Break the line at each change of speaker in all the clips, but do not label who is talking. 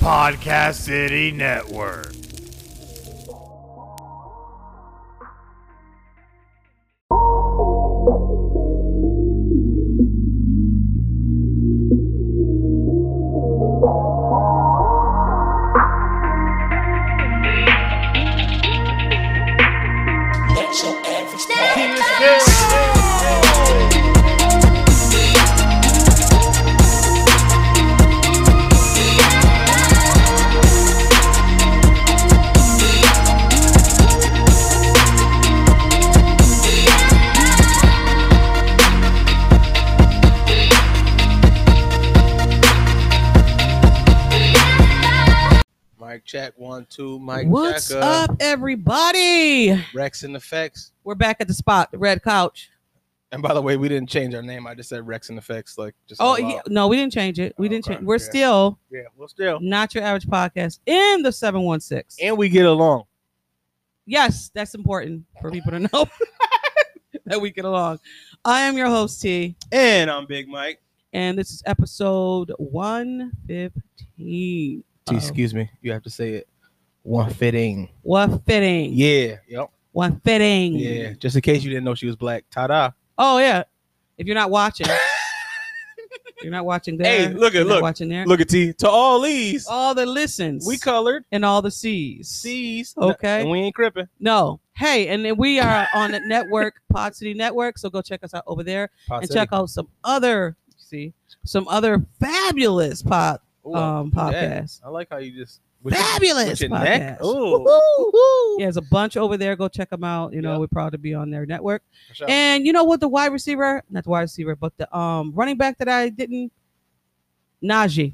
Podcast City Network.
That's your average podcast.
Mike check one two. Mike
What's
check uh,
up, everybody?
Rex and Effects.
We're back at the spot, the red couch.
And by the way, we didn't change our name. I just said Rex and Effects. Like just
Oh,
out loud.
yeah, no, we didn't change it. We didn't
Okay,
change. We're
yeah.
still
yeah. Well, still,
not your average podcast in the 716.
and we get along.
Yes, that's important for people to know that we get along. I am your host, T,
And I'm Big Mike.
and this is episode 115.
T, excuse me. You have to say it. One fitting.
What fitting?
Yeah. Yep.
One fitting.
Yeah. Just in case you didn't know she was black. Ta da.
Oh, yeah. If you're not watching, you're not watching
Hey,
there.
look at-
you're not
look.
watching there.
Look at T. To all these,
All the listens.
we colored
and all the C's.
C's.
Okay.
And we ain't crippin'.
No. Hey, and then we are on the network, Pod City Network. So go check us out over there
Pod
and
City.
check out some other see some other fabulous pod
Ooh,
um
I- yeah.
podcasts.
I like how you just
Fabulous
With your
podcast.
neck. Ooh.
Woo-hoo. Yeah, there's a bunch over there. Go check them out. You know,
Yeah.
we're proud to be on their network.
For sure.
And you know what? The wide receiver, not the wide receiver, but the um running back that I didn't, Najee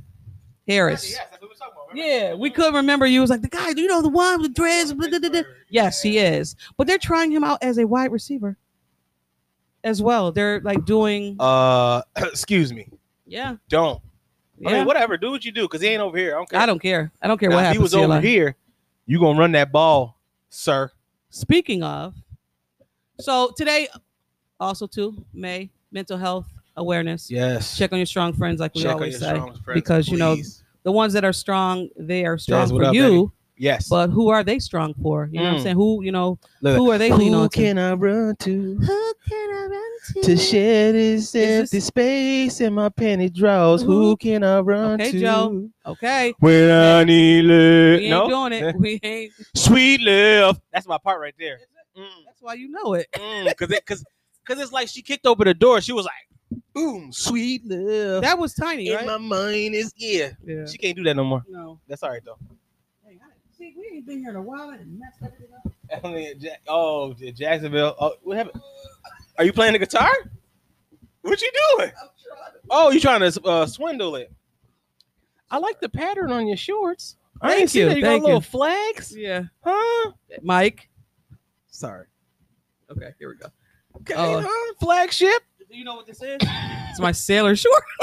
Harris.
Yes, that's what we were talking about, remember?
Yeah, we could remember you. It was like the guy, you know, the one with dreads. Blah, blah, blah, blah. Yes, he is. But they're trying him out as a wide receiver as well. They're like doing
Uh, excuse me.
yeah.
Don't.
yeah.
I mean, whatever. Do what you do, because he ain't over here. I don't care.
I don't care. I don't care
Now,
what
if
happens.
he was
to your
over
life.
here, you gonna run that ball, sir.
Speaking of, so today also too, May, mental health awareness.
Yes.
Check on your strong friends, like we always say.
strongest friends,
because, you know-
please.
The ones that are strong, they are strong
Yes, what
for
up,
you.
baby? Yes.
But who are they strong for? You know what I'm
Mm.
saying? Who you know?
Look at
Who are they leaning on? To?
I run to
Who can I run
share this
Is this-
space in my panty drawers?
Who-
can I run
Okay, Joe. Okay.
When I need
We
it.
ain't
Uh, No.
doing it. We ain't.
Sweet love. That's my part right there. Mm,
That's why you know it.
mm, Cause it, cause, cause it's like she kicked open the door. She was like, "Boom, sweet love."
That was tiny,
in
right?
my mind is yeah.
yeah.
She can't do that no more.
No.
That's all right though.
Hey, I- See, we ain't been here in a while and messed everything up.
I mean, Jack- oh, Ja- Jacksonville. Oh, what happened? Are you playing the guitar? What you doing?
I'm trying to-
Oh, you trying to uh, swindle it? I like the pattern on your shorts. I
Thank
ain't see
you,
that. You
thank
got little
you.
flags,
Yeah.
huh?
Mike.
Sorry.
Okay, here we go.
Okay,
Oh.
huh? Flagship.
Do you know what this is? It's my sailor short.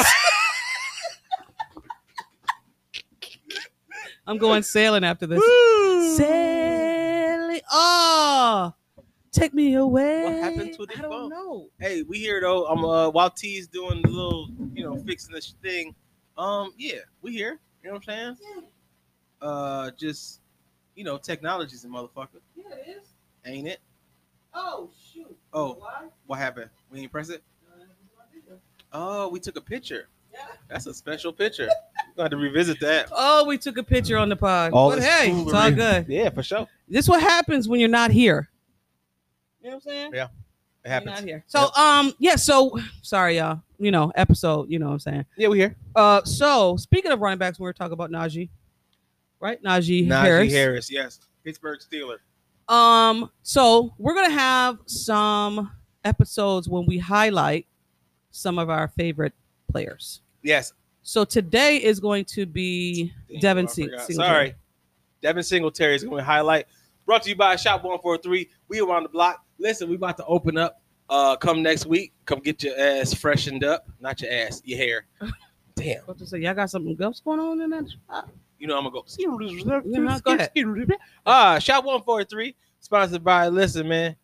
I'm going sailing after this.
Woo.
Sailing. Oh, take me away.
happened to the
I don't
phone?
know.
Hey, we here though. I'm uh, while T's doing the little, you know, fixing this thing. Um, yeah, we here. You know what I'm saying? Uh, just you know, technology's a motherfucker,
Yeah, it is.
ain't it?
Oh, shoot.
Oh.
Why? Uh,
What happened? We ain't press it. Oh, we took a picture. That's a special picture. We gonna have to revisit that.
Oh, we took a picture on the pod.
All
but
this
hey, it's all
foolery.
good.
Yeah, for sure.
This what happens when you're not here. You know what I'm saying?
It It
You're not
happens.
here. So um yeah, so sorry y'all. You know, episode, you know what I'm saying.
Yeah, we here.
Uh so speaking of running backs, we were talking about Najee. Right? Najee,
Najee
Harris.
Harris. yes, Pittsburgh Steeler.
Um so we're going to have some episodes when we highlight some of our favorite players.
Yes,
So today is going to be
Damn,
Devin
I
Se-
forgot.
Singletary.
Sorry. Devin Singletary is going to highlight. Brought to you by Shop 143. We around the block. Listen, we about to open up. Uh, come next week. Come get your ass freshened up. Not your ass, your hair. Damn.
About to say, y'all got something else going on in that? spot?
You know I'm gonna
no, go ahead.
go. Ah, Shop 143. Sponsored by. Listen, man,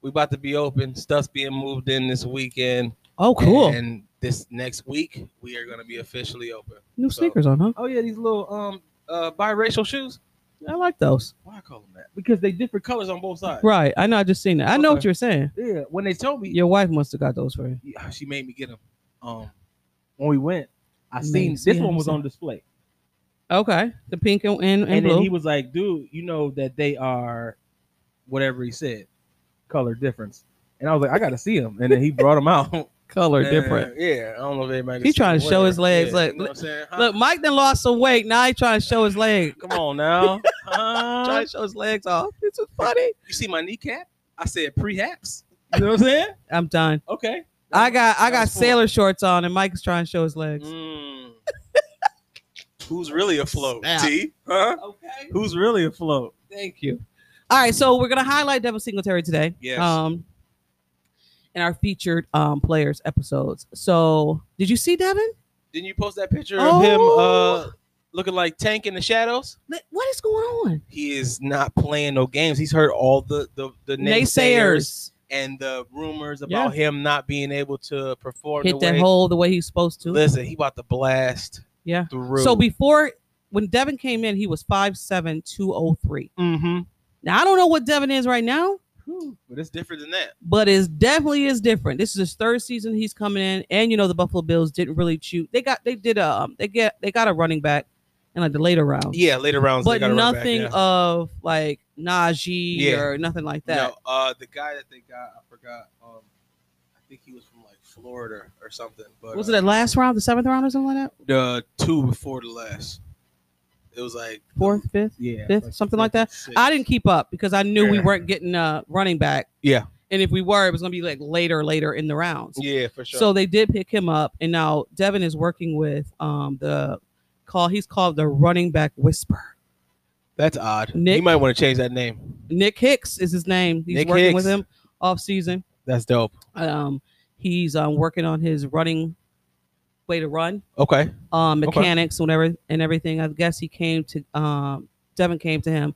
we about to be open. Stuff's being moved in this weekend.
Oh, cool.
And this next week, we are gonna be officially open.
New
so-
sneakers on, huh?
Oh yeah, these little um uh, biracial shoes.
I like those.
Why I call them that? Because they different colors on both sides.
Right. I know. I just seen it. I know what
Okay.
you're saying.
Yeah. When they told me,
Your wife must have got those for you.
yeah, she made me get them. Um, when we went, I
You
seen
made-
this
yeah,
one
you
was
said-
on display,
Okay. The pink and, and, and
and then
blue.
he was like, "Dude, you know that they are, whatever he said, color difference." And I was like, "I gotta see them." And then he brought them out.
Color
Yeah,
different.
Yeah, I don't know if anybody. can
He
see
trying to
them,
show his
whatever.
legs,
Yeah,
like,
you know what I'm saying? Huh?
Look, Mike then lost some weight. Now he trying to show his leg.
come on now.
Trying
Huh?
to show his legs off. It's so funny.
you see my kneecap? I said prehaps. You know what I'm saying?
I'm done.
Okay.
I got I
That
got
was cool.
sailor shorts on and Mike's trying to show his legs.
Mm. Who's really afloat?
Snap.
T? Huh?
Okay.
Who's really afloat?
Thank you. All right, so we're gonna highlight Devin Singletary today.
Yes.
Um, in our featured um players episodes. So did you see Devin?
Didn't you post that picture of
Oh.
him uh, looking like Tank in the shadows?
Like, What is going on?
He is not playing no games. He's heard all the the, the naysayers
Naysayers
and the rumors about him not being able to perform.
hit
the
that
way.
hole the way he's supposed to.
Listen, he about to blast
Yeah.
through.
So before when Devin came in, he was 5'7", 203.
mm-hmm.
Now I don't know what Devin is right now,
but it's different than that.
but it's definitely is different. This is his third season he's coming in, and you know the Buffalo Bills didn't really shoot. They got they did um they get they got a running back in like the later round,
Yeah, later rounds. they
but
gotta run back,
nothing
yeah.
of like Najee
Yeah.
or nothing like that.
No, uh, the guy that they got, I forgot. Um, I think he was from like Florida or something. But
Was
uh,
it the last round, the seventh round, or something like that?
the two before the last? It was like
Fourth, fifth.
yeah,
fifth, something like that? I didn't keep up because I knew we
Yeah.
weren't getting a running back,
Yeah,
and if we were, it was gonna be like later, later in the rounds.
yeah, for sure.
So they did pick him up, and now Devin is working with um the call. He's called the running back whisper.
that's odd.
Nick-
you might want to change that name.
Nick Hicks is his name. He's
Nick
working with
Hicks.
him off season.
That's dope.
Um, he's um, working on his running way to run
Okay.
um,
Okay.
mechanics, whatever, and everything. I guess he came to um, Devin came to him,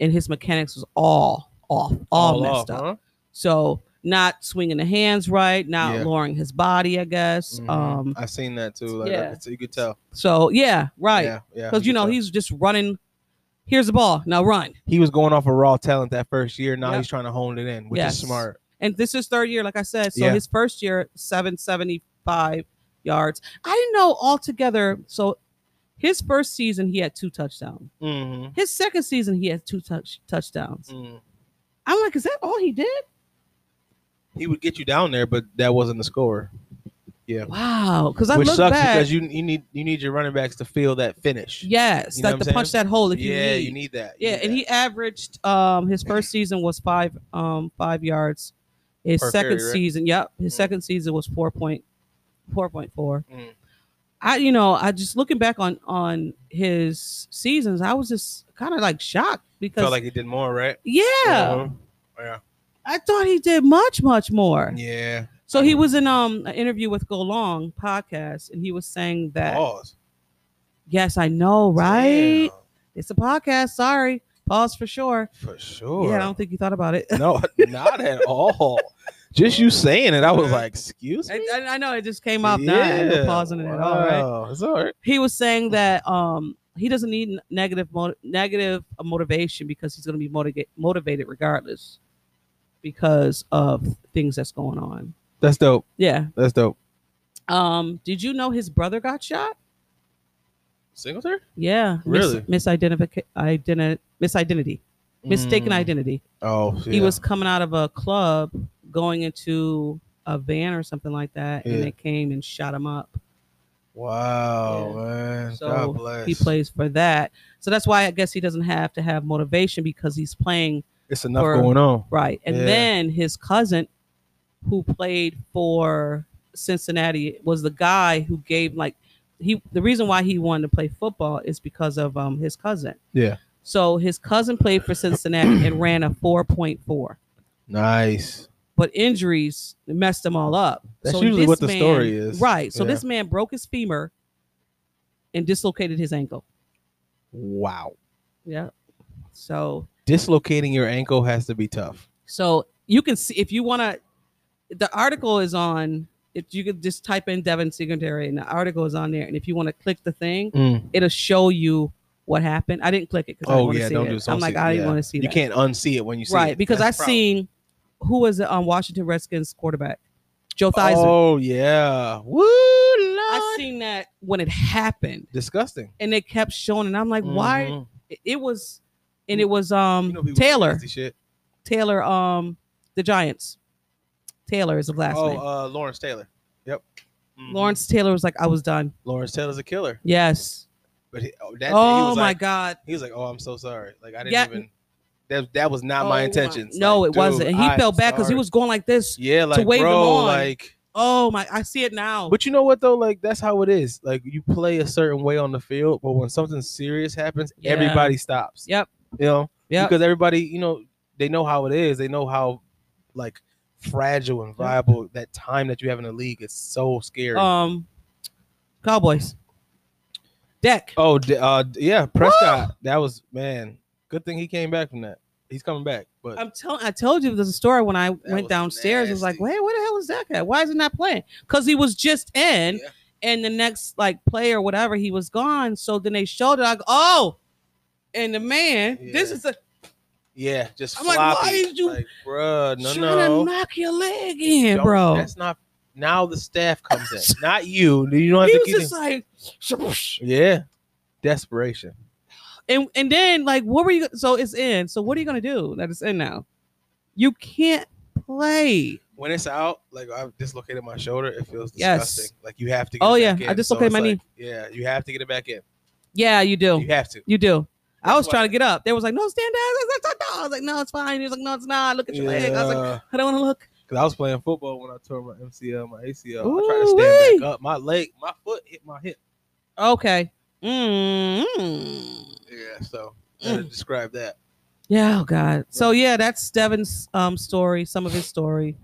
and his mechanics was all off, all, messed up.
Huh?
So not swinging the hands right, not
Yeah.
lowering his body. I guess.
Mhm.
Um,
I've seen that too. Like,
yeah.
yeah. So you could tell.
so yeah, right.
Yeah. Yeah.
Because you
could
know
tell.
he's just running. Here's the ball. Now run.
he was going off of raw talent that first year. Now
Yeah.
he's trying to hone it in, which
Yes.
is smart.
and this is third year, like I said. So
Yeah.
his first year, 775 yards. I didn't know altogether. So his first season, he had two touchdowns.
Mm-hmm.
His second season, he had two touch
Mm.
touchdowns. I'm like, is that all he did?
He would get you down there, but that wasn't the score. Yeah.
Wow. Because I
which
look
sucks
back.
because you you need you need your running backs to feel that finish.
yes,
you know
like
what
to
I'm
punch that hole if
yeah,
you need.
you need that. You
yeah,
need
and
that.
he averaged um his first season was five um five yards. His
Per
second
carry, right?
season, yep, his
Mm.
second season was four point four point four.
Mm.
I you know I just looking back on on his seasons, I was just kind of like shocked because
felt like he did more, right?
yeah,
Mhm.
I thought he did much much more.
Yeah.
So he was in um an interview with Go Long podcast, and he was saying that
Pause.
yes, I know,
Oh.
right?
Damn,
It's a podcast. Sorry, pause for sure.
for sure.
Yeah, I don't think you thought about it.
no, not at all. Just you saying it, I was like, excuse
I,
me.
I- I know it just came off yeah. not pausing it at all, right?
Wow, It's all right.
He was saying that um he doesn't need n- negative mo- negative uh, motivation because he's going to be motiva- motivated regardless because of things that's going on.
That's dope.
Yeah.
That's dope.
Um did you know his brother got shot?
Singletary?
Yeah.
Really?
Mis- misidentific- identi- misidentity. Mistaken identity.
Mm. Oh,
He
yeah.
was coming out of a club going into a van or something like that
Yeah.
and they came and shot him up.
Wow,
Yeah.
man.
So
God bless.
he plays for that. So that's why I guess he doesn't have to have motivation because he's playing
It's enough
for-
going on.
right. And
Yeah.
then his cousin, who played for Cincinnati, was the guy who gave like he the reason why he wanted to play football is because of um his cousin.
Yeah.
So his cousin played for Cincinnati and ran a four point four,
Nice.
but injuries messed him all up.
That's
so
usually
this
what the
man-
story is.
right? So
Yeah.
this man broke his femur and dislocated his ankle.
Wow.
Yeah. So
Dislocating your ankle has to be tough.
so you can see if you want to. The article is on. If you could just type in Devin Secretary and the article is on there, and if you want to click the thing, it'll show you what happened. I didn't click it because I
Mm. Oh
want to
yeah,
see
don't
it.
do. Don't
I'm like,
see it.
I
Yeah.
didn't want to see
You
that.
can't unsee it when you see it.
right because I
That's the problem.
seen who was on um, Washington Redskins quarterback Joe Theismann.
Oh yeah, woo!
I
Lord.
seen that when it happened,
Disgusting.
and they kept showing, and I'm like, why?
Mhm.
It- It was, and it was um
You know people do
Taylor,
nasty Shit.
Taylor, um the Giants. Taylor is the last
Oh,
name.
uh, Lawrence Taylor. Yep. Mhm.
Lawrence Taylor was like, I was done.
Lawrence Taylor's a killer.
Yes.
But he, oh, that day he
Oh
was
my
like,
God.
He was like, "Oh, I'm so sorry. Like I didn't
Yeah.
even. That that was not my
Oh
intentions.
No,
Like,
it wasn't.
dude,
And he
I'm
fell back because he
sorry.
was going like this.
Yeah, like
wave him
bro,
on.
like.
Oh my! I see it now.
But you know what though? Like that's how it is. Like you play a certain way on the field, but when something serious happens,
Yeah.
everybody stops.
Yep.
You know,
yeah.
because everybody, you know, they know how it is. They know how, like, fragile and viable that time that you have in the league is so scary.
Um, Cowboys. Deck.
oh, d- uh, d- yeah, Prescott. That was man. Good thing he came back from that. He's coming back, but
I'm telling. I told you there's a story when I
was
went downstairs. I was like,
nasty.
"Wait, where the hell is Dak at? Why is he not playing?" Because he was just in,
Yeah.
and the next like play or whatever, he was gone. So then they showed it. I go, "Oh," and the man, this
Yeah.
is a
yeah, just
I'm like,
floppy.
why did you
Like, bruh, no,
trying
no.
to knock your leg in,
Don't-
bro.
That's not. Now the staff comes in, not you. You don't have
He
to
was
keep
just like, "Shaboosh."
Yeah. Desperation.
and and then like, what were you? So it's in. So what are you gonna do? That it's in now. You can't play.
When it's out, like I've dislocated my shoulder, it feels
Yes.
disgusting. Like you have to get
Oh,
it
yeah,
back
I
in.
dislocated
it's
my Oh.
like, Yeah, you have to get it back in.
Yeah, you do.
You have to.
You do. I
That's
was
why-
trying to get up. They was like, no, stand down. I was like, "No, no." I was like, no, it's fine. He was like, no, it's not. Look at your leg. I was like,
Yeah.
I don't want to look.
Cause I was playing football when I tore my MCL, my ACL. I tried to
Ooh-wee.
stand back up. My leg, my foot hit my hip.
Okay. Mm.
Yeah, so gotta describe that.
Yeah. Oh God. So yeah, that's Devin's um, story, some of his story,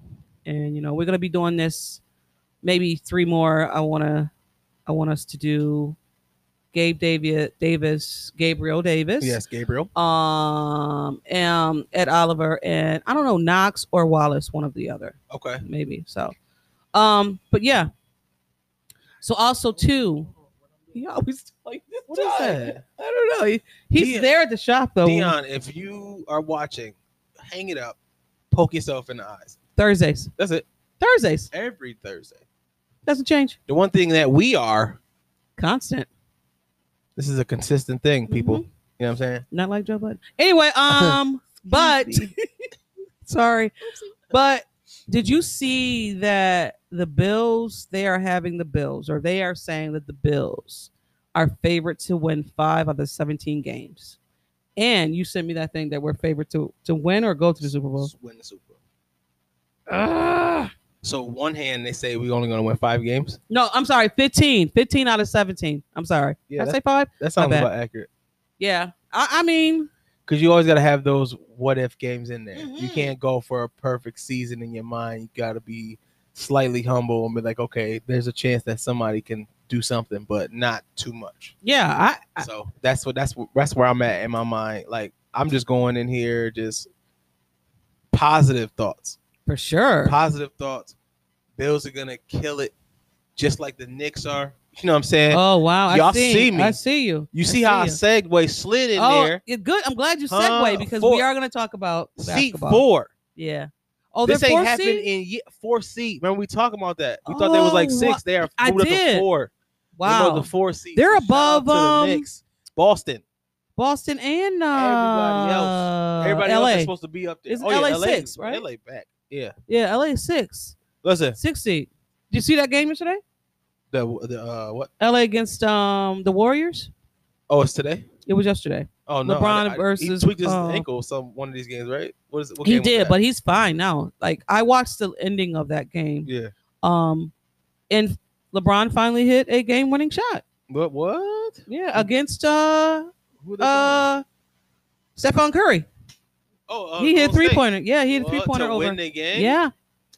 and you know we're gonna be doing this, maybe three more. I wanna, I want us to do, Gabe Davi- Davis, Gabriel Davis.
Yes, Gabriel.
Um, um, Ed Oliver, and I don't know Knox or Wallace, one of the other.
Okay.
maybe so um but yeah so also too he always like this
What is
time.
that?
i don't know He- he's
Dion-
there at the shop though
Dion, if you are watching, hang it up, poke yourself in the eyes.
thursdays
That's it.
thursdays
Every Thursday.
doesn't change
The one thing that we are,
constant
this is a consistent thing, people.
Mhm.
You know what I'm saying?
not like joe bud anyway um but sorry but did you see that the bills they are having the bills or they are saying that the bills are favored to win five of the 17 games and you sent me that thing that we're favored to to win or go to the super bowl
win the Super Bowl.
Ah.
So one hand they say we're only gonna win five games.
no i'm sorry 15 15 out of 17 i'm sorry
Yeah,
Did i
that-
say five
That sounds
bad.
about accurate.
yeah i, I mean
Because you always gotta have those what if games in there. You
Mhm.
can't go for a perfect season in your mind. You gotta be slightly humble and be like, okay, there's a chance that somebody can do something, but not too much.
yeah i, I
So that's what that's what that's where I'm at in my mind. Like I'm just going in here just positive thoughts.
for sure
Positive thoughts. Bills are gonna kill it just like the Knicks are. You know what I'm saying?
oh wow
Y'all
I see,
see me.
i see you
You
I
see how I
you.
segue slid in
oh,
there.
it's good. I'm glad you
Huh?
segue because
Four.
we are going to talk about
Seat
basketball.
four.
Yeah. Oh,
this
they're
ain't
four
happened
seed?
in ye- four seat. Remember we talking about that? We thought they was like
Oh,
six. They are
I
moved up to
did.
four. They moved up
wow.
to four seat.
They're
So shout out
above,
to the
um,
Knicks. Boston.
Boston and uh,
Everybody else. Everybody
LA.
else is supposed to be up there.
uh, It's
oh, yeah,
LA
LA
six, right?
LA back. Yeah.
yeah, LA is six,
Listen,
six seed. Did you see that game yesterday?
the the uh, what?
LA against um the Warriors.
Oh, it's today.
It was yesterday.
Oh no, I-
LeBron
I-
versus,
he tweaked his
uh,
ankle some one of these games, right? What is what
he
game was
did,
that?
but he's fine now. Like I watched the ending of that game.
yeah.
Um, and LeBron finally hit a game-winning shot.
But what?
Yeah, against uh
Who they
uh Stephon Curry.
playing? oh, uh,
he hit
Golden State.
three-pointer. Yeah, he hit a
What,
three-pointer
to
over.
Win the game?
Yeah.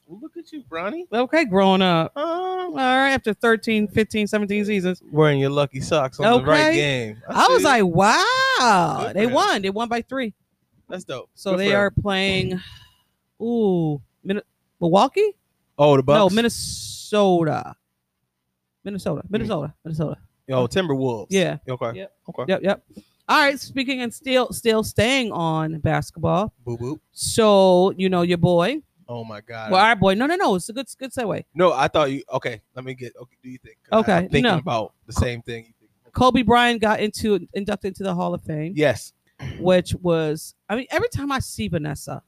Well, look at you, Bronny.
Okay, growing up.
Oh,
All right, after 13, 15, 17 seasons.
wearing your lucky socks on the right
Okay.
game.
I
see
was
you.
like, wow,
Good
they
for him.
won. They won by three.
that's dope.
So
Good
they
for
are
him.
playing, ooh, Min- Milwaukee?
Oh, the Bucks. Hmm.
No, Minnesota. Minnesota, Minnesota, Minnesota.
Oh, Timberwolves.
Yeah.
Okay.
Yep.
Okay.
Yep, yep. All right, speaking and still still staying on basketball.
Boo boo.
So you know your boy.
Oh my god.
Well, our boy. No, no, no. It's a good good segue.
no, I thought you. Okay, let me get. Okay, do you think? 'Cause I-
Okay,
I'm thinking
no.
about the same thing. You think.
Kobe Bryant got into inducted into the Hall of Fame.
Yes.
which was I mean, every time I see Vanessa,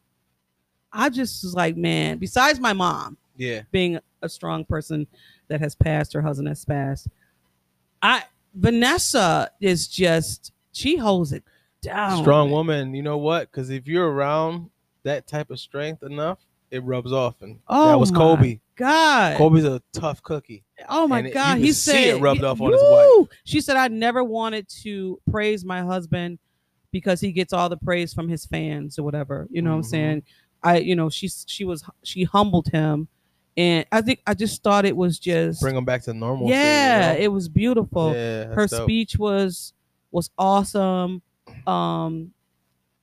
I just was like, man, besides my mom
Yeah.
being a strong person that has passed, her husband has passed, I Vanessa is just she holds it down.
Strong woman. You know what? Because if you're around that type of strength enough, it rubs off. And
Oh
that was
my
Kobe.
God.
Kobe's a tough cookie.
oh my
and it- you
God.
could
He
see
said
it rubbed off on his wife.
Woo! She said, I never wanted to praise my husband because he gets all the praise from his fans or whatever. You know what I'm
Mhm.
saying? I, you know, she she was she humbled him. And I think I just thought it was just
Bring him back to normal.
yeah
you know?
it was beautiful
Yeah, that's
her
dope.
speech was was awesome um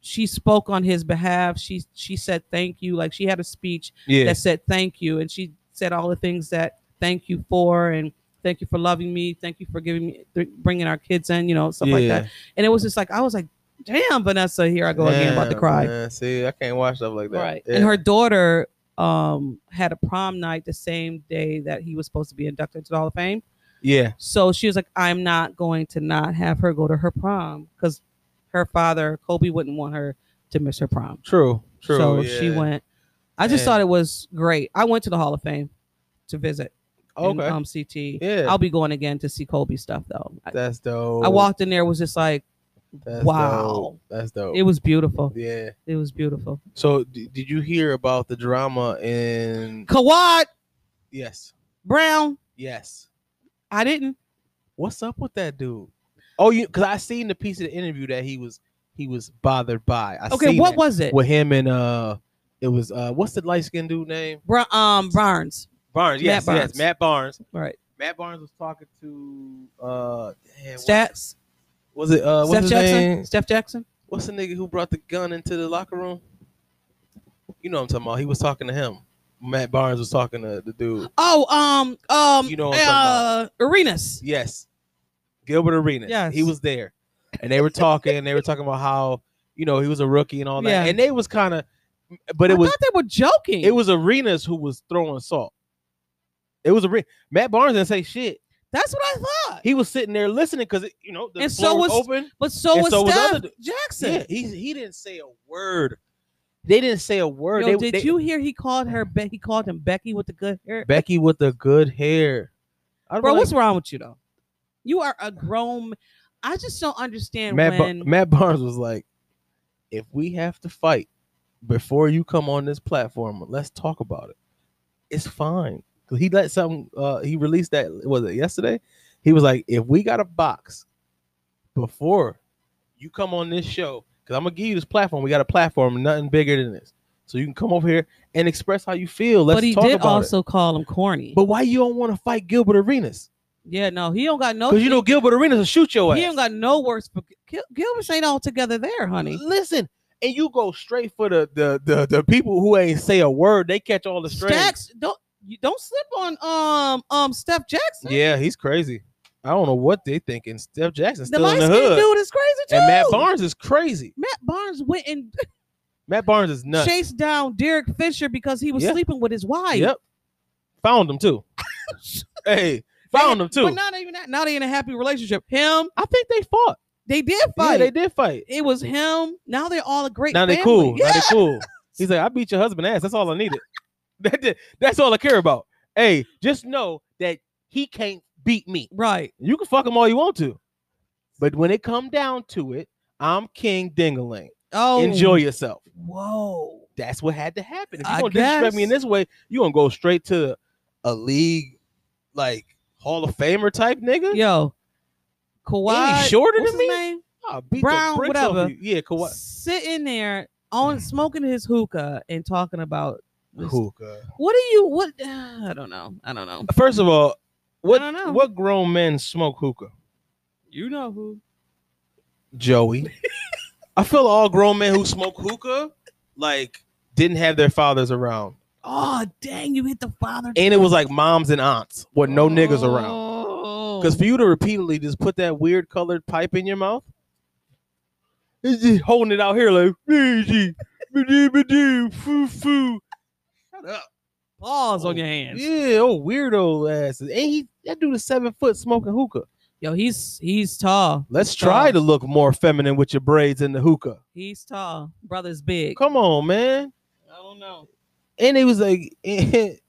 she spoke on his behalf she she said thank you like she had a speech
Yeah.
that said thank you and she said all the things that thank you for and thank you for loving me thank you for giving me th- bringing our kids in you know stuff like that and it was just like i was like damn vanessa here i go again about to
Damn,
cry
man. See, I can't watch stuff like that.
Right.
Yeah.
And her daughter um had a prom night the same day that he was supposed to be inducted to the hall of fame
yeah.
so she was like, I'm not going to not have her go to her prom because her father, Kobe, wouldn't want her to miss her prom.
True. True.
so she
yeah.
went. I just
Man.
thought it was great. I went to the Hall of Fame to visit in,
Okay.
um, CT.
yeah.
I'll be going again to see Kobe stuff though. I,
that's dope.
I walked in there, was just like,
That's
wow.
dope. That's dope.
it was beautiful.
yeah.
It was beautiful.
So d- did you hear about the drama in?
Kawhi
Yes.
Brown,
Yes.
I didn't.
What's up with that dude? Oh, you because I seen the piece of the interview that he was he was bothered by. I
Okay,
seen
what
it
was it?
with him and uh, it was uh, what's the light skinned dude name?
Bra- um, Barnes.
Barnes.
Matt
Yes.
Barnes.
Yes. Matt Barnes.
Right.
Matt Barnes was talking to uh, damn, what-
Stats.
was it uh, what's
Steph
his
Jackson.
name?
Steph Jackson.
what's the nigga who brought the gun into the locker room? You know what I'm talking about. He was talking to him. Matt Barnes was talking to the dude.
Oh, um, um,
You know what I'm
uh,
talking
Arenas.
Yes. Gilbert Arenas.
Yes.
He was there. And they were talking. they were talking about how, you know, he was a rookie and all that.
Yeah.
And they was kind of but it
I
was
thought they were joking.
it was Arenas who was throwing salt. It was a Matt Barnes didn't say shit.
That's what I thought.
He was sitting there listening because you know the
And so
floor was,
was-
open.
But so
And
was
so was
Steph
other-
Jackson.
Yeah, he he didn't say a word. They didn't say a word.
Yo,
They-
did
they-
you hear he called her? Be- he called him Becky with the good hair.
Becky with the good hair. I
Bro,
know,
what's wrong with you though? You are a grown. I just don't understand
Matt, Bar-
when.
Matt Barnes was like, if we have to fight before you come on this platform, let's talk about it. It's fine. 'Cause He let something uh he released that was it yesterday? He was like, if we got a box before you come on this show, because I'm gonna give you this platform. We got a platform, nothing bigger than this. So you can come over here and express how you feel. Let's
but he
talk
did
about
also call him corny.
it. But why you don't want to fight Gilbert Arenas?
yeah, no, Oh, he don't got no.
Because you know Gilbert Arenas will shoot your ass.
he ain't got no words for Gil- Gilbert. Ain't all together there, honey.
Listen, and you go straight for the the the, the people who ain't say a word. They catch all the strings.
Stacks, don't you don't slip on um um Steph Jackson.
Yeah, he's crazy. I don't know what they thinking. Steph Jackson
the
still
light
in the
skinned
hood,
dude is crazy too.
and Matt Barnes is crazy.
Matt Barnes went and
Matt Barnes is nuts.
chased down Derek Fisher because he was
Yeah.
sleeping with his wife.
Yep, found him too. hey, found him too.
But not even that. Now they in a happy relationship. Him,
I think they fought.
they did fight.
Yeah, they did fight.
It was him. Now they're all a great.
Now they
family.
cool.
Yeah.
Now they cool. He's like, I beat your husband ass. That's all I needed. That- that- That's all I care about. Hey, just know that he can't beat me.
Right.
You can fuck him all you want to. But when it come down to it, I'm King Dingaling.
Oh,
Enjoy yourself.
Whoa.
That's what had to happen. If you're
I
gonna disrespect me in
guess.
this way, you're gonna go straight to a league like Hall of Famer type nigga.
Yo, Kawhi.
shorter
what's
than
his
me?
Name?
I'll beat the
Brown,
bricks off
whatever.
you. Yeah, Kawhi.
Sitting there on smoking his hookah and talking about this-
Hookah.
What do you? What? I don't know. I don't know.
First of all, what
don't know.
what grown men smoke hookah?
You know who?
Joey. I feel all grown men who smoke hookah like didn't have their fathers around.
Oh, dang! You hit the father.
And it was like moms and aunts with no niggas around.
around.
Because for you to repeatedly just put that weird colored pipe in your mouth, It's just holding it out here like "Easy, ba-doo, ba-doo, foo, foo." Shut up.
Paws on your hands.
Yeah, oh weirdo asses. Ain't he that dude is seven foot smoking hookah.
Yo, he's he's tall.
Let's try to look more feminine with your braids and the hookah.
He's tall. Brother's big.
Come on, man.
I don't know.
And it was like,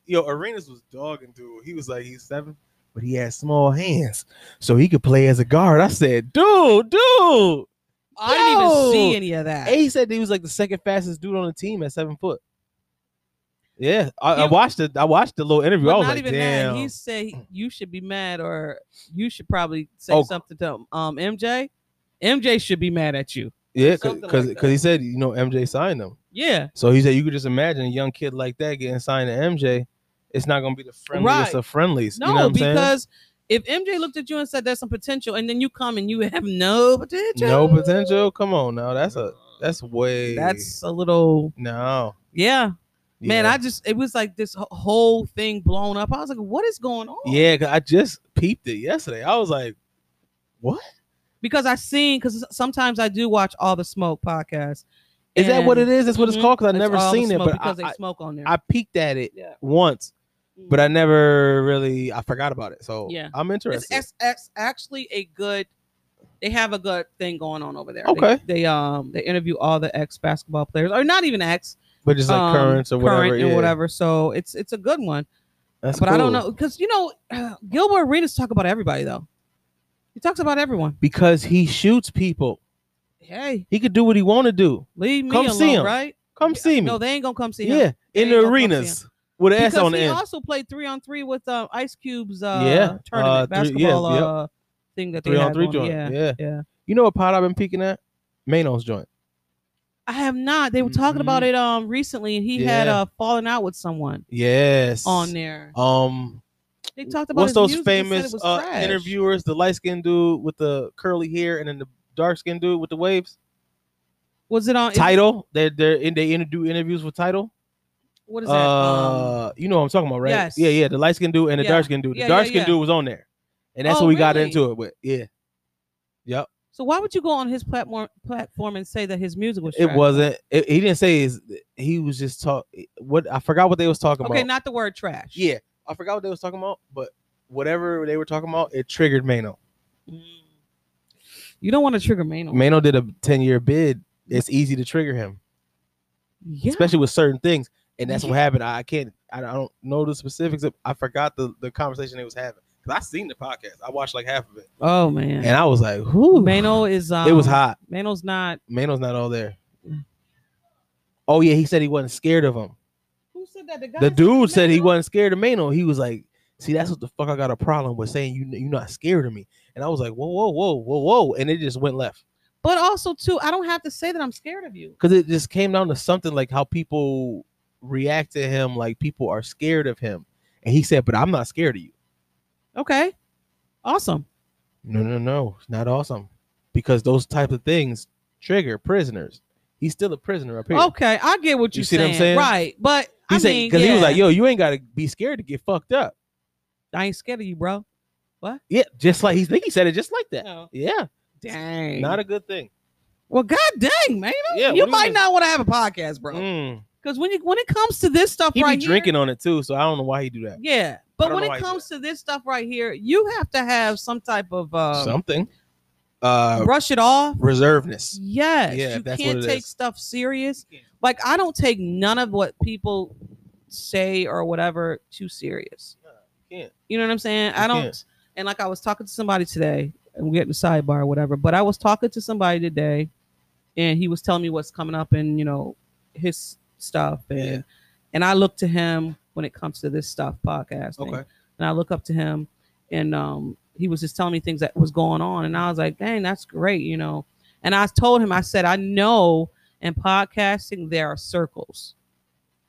yo, Arenas was dogging dude. He was like, he's seven, but he had small hands, so he could play as a guard. I said, dude, dude.
I didn't even see
Yo!
any of that.
And he said he was like the second fastest dude on the team at seven foot. Yeah, I, I
You-
watched it. I watched the little interview.
But
I was
not
like,
even
damn.
that. He said he- you should be mad, or you should probably say
Oh.
something to him. Um, MJ, MJ should be mad at you.
yeah, because something because like that. he said you know MJ signed him.
Yeah,
So he said you could just imagine a young kid like that getting signed to MJ. It's not gonna be the friendliest
Right.
of friendlies.
no,
you know what I'm saying?
because if MJ looked at you and said there's some potential, and then you come and you have no potential,
No potential. Come on now. That's a that's way
that's a little
no.
yeah. Man,
Yeah.
I just it was like this wh- whole thing blown up. I was like, what is going on?
Yeah, 'cause I just peeped it yesterday. I was like, what?
because I seen because sometimes I do watch all the smoke podcasts.
Is that what it
And
is? That's what it's
Mhm.
called. Cause I
it's
never
All the
seen it,
Smoke
but I,
because they
I,
smoke on there.
I peeked at it
Yeah. Mm-hmm.
once, but I never really I forgot about it. So
Yeah.
I'm
It's,
interested.
it's, it's actually a good. They have a good thing going on over there.
Okay.
They, they um they interview all the ex basketball players, or not even ex,
but just like
um,
currents or whatever.
current and
yeah.
whatever. So it's it's a good one.
That's
but I don't
cool.
know because you know Gilbert Arenas talk about everybody though. He talks about everyone.
Because he shoots people.
Hey,
He could do what he want to do.
leave me
Come
alone,
see him.
right?
Come see me.
No, they ain't gonna come see him.
yeah, in
ain't
the
gonna come see
arenas with an S
because
on the
he
end.
also played three on three with uh, Ice Cube's uh,
Yeah,
tournament
uh, three- yeah,
basketball
yep.
uh, thing that they
Three
had
on three
going.
joint.
Yeah.
Yeah.
yeah.
You know what pot I've been peeking at? Manos joint.
I have not. They were talking about it um recently, and he
Mm-hmm.
had
Yeah.
uh fallen out with someone
Yes.
on there.
Um,
They talked about
what's
his
those
music and said it
famous
was
uh,
trash.
interviewers? The light skinned dude with the curly hair, and then the dark skinned dude with the waves.
Was it on is-
Title. They're they're in they inter- do interviews with title.
What is that? Um,
Uh, you know what I'm talking about, right?
yes.
Yeah, yeah. The light skinned dude and the
Yeah.
dark skinned dude. The
Yeah, yeah,
dark skinned
yeah.
dude was on there, and that's
Oh,
what we got
really?
into it with. Yeah,
so why would you go on his platform platform and say that his music was?
it
trash?
wasn't. It, he didn't say his, he was just talk. What I forgot what they was talking
okay.
about.
Not the word trash.
Yeah, I forgot what they was talking about, but whatever they were talking about, it triggered Mano.
Mm. You don't want to trigger Mano.
Mano did a ten year bid. It's easy to trigger him,
yeah.
especially with certain things, and that's what happened. I can't. I don't know the specifics. Of, I forgot the the conversation they was having. Cause I seen the podcast. I watched like half of it,
oh man.
and I was like, "Whoo,
Mano is. Um,
It was hot.
Mano's not.
Mano's not all there. Oh yeah, he said he wasn't scared of him.
Who said that? The, guy
The dude said he
Mano?
wasn't scared of Mano. He was like, "See, that's what the fuck I got a problem with saying you you're not scared of me." And I was like, "Whoa, whoa, whoa, whoa, whoa!" And it just went left
But also too, I don't have to say that I'm scared of you.
because it just came down to something like how people react to him, like people are scared of him. And he said, "But I'm not scared of you."
Okay. Awesome.
No, no, no, it's not awesome because those type of things trigger prisoners. He's still a prisoner up here.
Okay, I get what
You
you're
see what I'm
saying.
saying?
Right. But
he
Oh, I
said
mean,
because he was
yeah,
like, "Yo, you ain't got to be scared to get fucked up."
I ain't scared of you, bro. What?
Yeah, just like he think he said it just like that.
No.
Yeah,
Dang.
not a good thing.
well, god dang, man.
Yeah,
you
what do
might
mean?
not want to have a podcast, bro.
Mm.
Because when you when it comes to this stuff
He
right
be
here-
drinking on it too, so I don't know why he do that.
yeah.
I
But
don't
when
know why
it
he do
comes to this stuff right here, you have to have some type of uh,
Something. Uh,
brush it off.
reservedness.
Yes,
Yeah,
you
that's what
can't
it
take
is.
stuff serious.
You can't.
Like I don't take none of what people say or whatever too serious.
can't.
You know what I'm saying?
You
I don't.
can't.
And like I was talking to somebody today, and we're getting a sidebar or whatever. But I was talking to somebody today, and he was telling me what's coming up and you know his stuff, and
Yeah.
and I look to him when it comes to this stuff podcast.
Okay.
And I look up to him, and um, he was just telling me things that was going on, and I was like, dang, that's great, you know. And I told him, I said, I know in podcasting there are circles,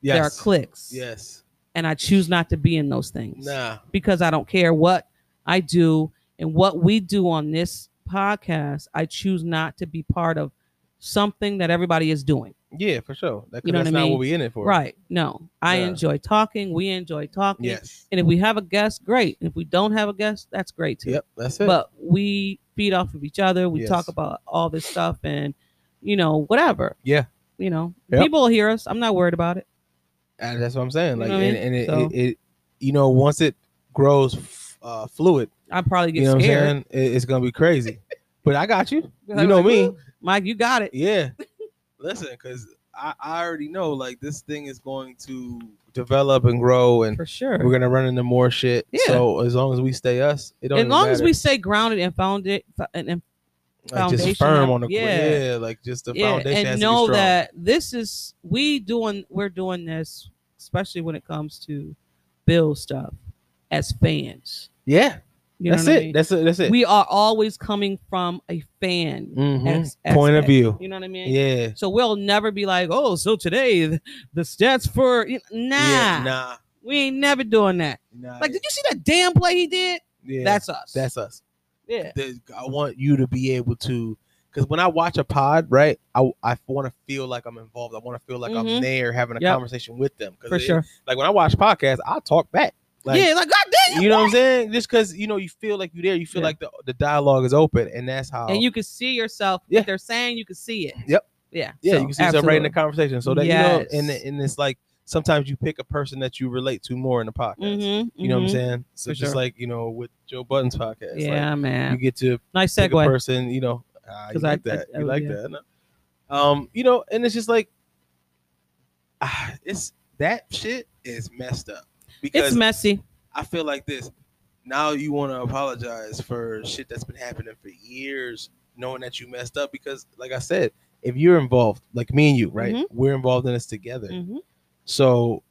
Yes.
there are clicks,
Yes.
and I choose not to be in those things
Nah.
because I don't care what I do and what we do on this podcast. I choose not to be part of something that everybody is doing.
Yeah, for sure. That, 'cause
You know what
that's
I
not
mean?
what we in it for.
Right. No, I
Yeah.
enjoy talking. We enjoy talking.
Yes.
And if we have a guest, great. If we don't have a guest, that's great too.
Yep. That's it.
But we feed off of each other. We
Yes.
talk about all this stuff and you know, whatever.
Yeah.
You know,
Yep.
people will hear us. I'm not worried about it.
And that's what I'm saying.
You
Like,
know what I
and,
mean?
and it,
So-
it, it, you know, once it grows f- uh, fluid,
I probably get
you know what I'm
scared.
saying, it, it's gonna be crazy. but I got you.
I'd
You
be
know
like,
me.
"Ooh, Mike. You got it.
Yeah. Listen, because I, I already know like this thing is going to develop and grow, and
For sure.
we're gonna run into more shit.
Yeah.
So as long as we stay us, it don't.
as
even
long as
matter.
we stay grounded and founded and, and
like, just
foundation
firm
up-
on the
yeah.
yeah, like just the
yeah,
foundation has
and
to
know
be strong.
that this is we doing we're doing this especially when it comes to build stuff as fans.
yeah,
You
that's
know what
it.
I mean?
That's it. That's it.
we are always coming from a fan
Mhm.
ex- ex-
point of
ex-
view.
You know what I mean?
Yeah.
So we'll never be like, oh, so today the, the stats for nah,
Yeah, nah.
we ain't never doing that.
Nah.
Like, did you see that damn play he did?
yeah,
That's us.
that's us.
yeah.
There's- I want you to be able to, because when I watch a pod, right, I, I want to feel like I'm involved. I want to feel like I'm
Mhm.
there having a
Yep.
conversation with them. 'Cause
For
it-
sure.
Like when I watch podcasts, I talk back. Like,
yeah, like God damn.
You know what I'm saying? Just because you know you feel like you're there, you feel
Yeah.
like the, the dialogue is open, and that's how.
and you can see yourself.
Oh. Yeah.
What they're saying you can see it.
Yep.
Yeah.
yeah,
so,
you can see yourself right in the
absolutely.
conversation. So that
Yes.
you know, and and it's like sometimes you pick a person that you relate to more in the podcast.
Mhm,
You know what I'm
mhm.
saying? So
For
just
sure.
like you know with Joe Button's podcast, like,
Yeah, man.
you get to
nice
pick a
segue.
person. You know, ah, you
'Cause I-
like
I-
that.
I
you
would-
like
yeah.
that. no? Um, you know, and it's just like, ah, it's that shit is messed up
It's
because
messy.
I feel like this. Now you want to apologize for shit that's been happening for years, knowing that you messed up. Because, like I said, if you're involved, like me and you, right?
Mhm.
We're involved in this together.
Mhm.
So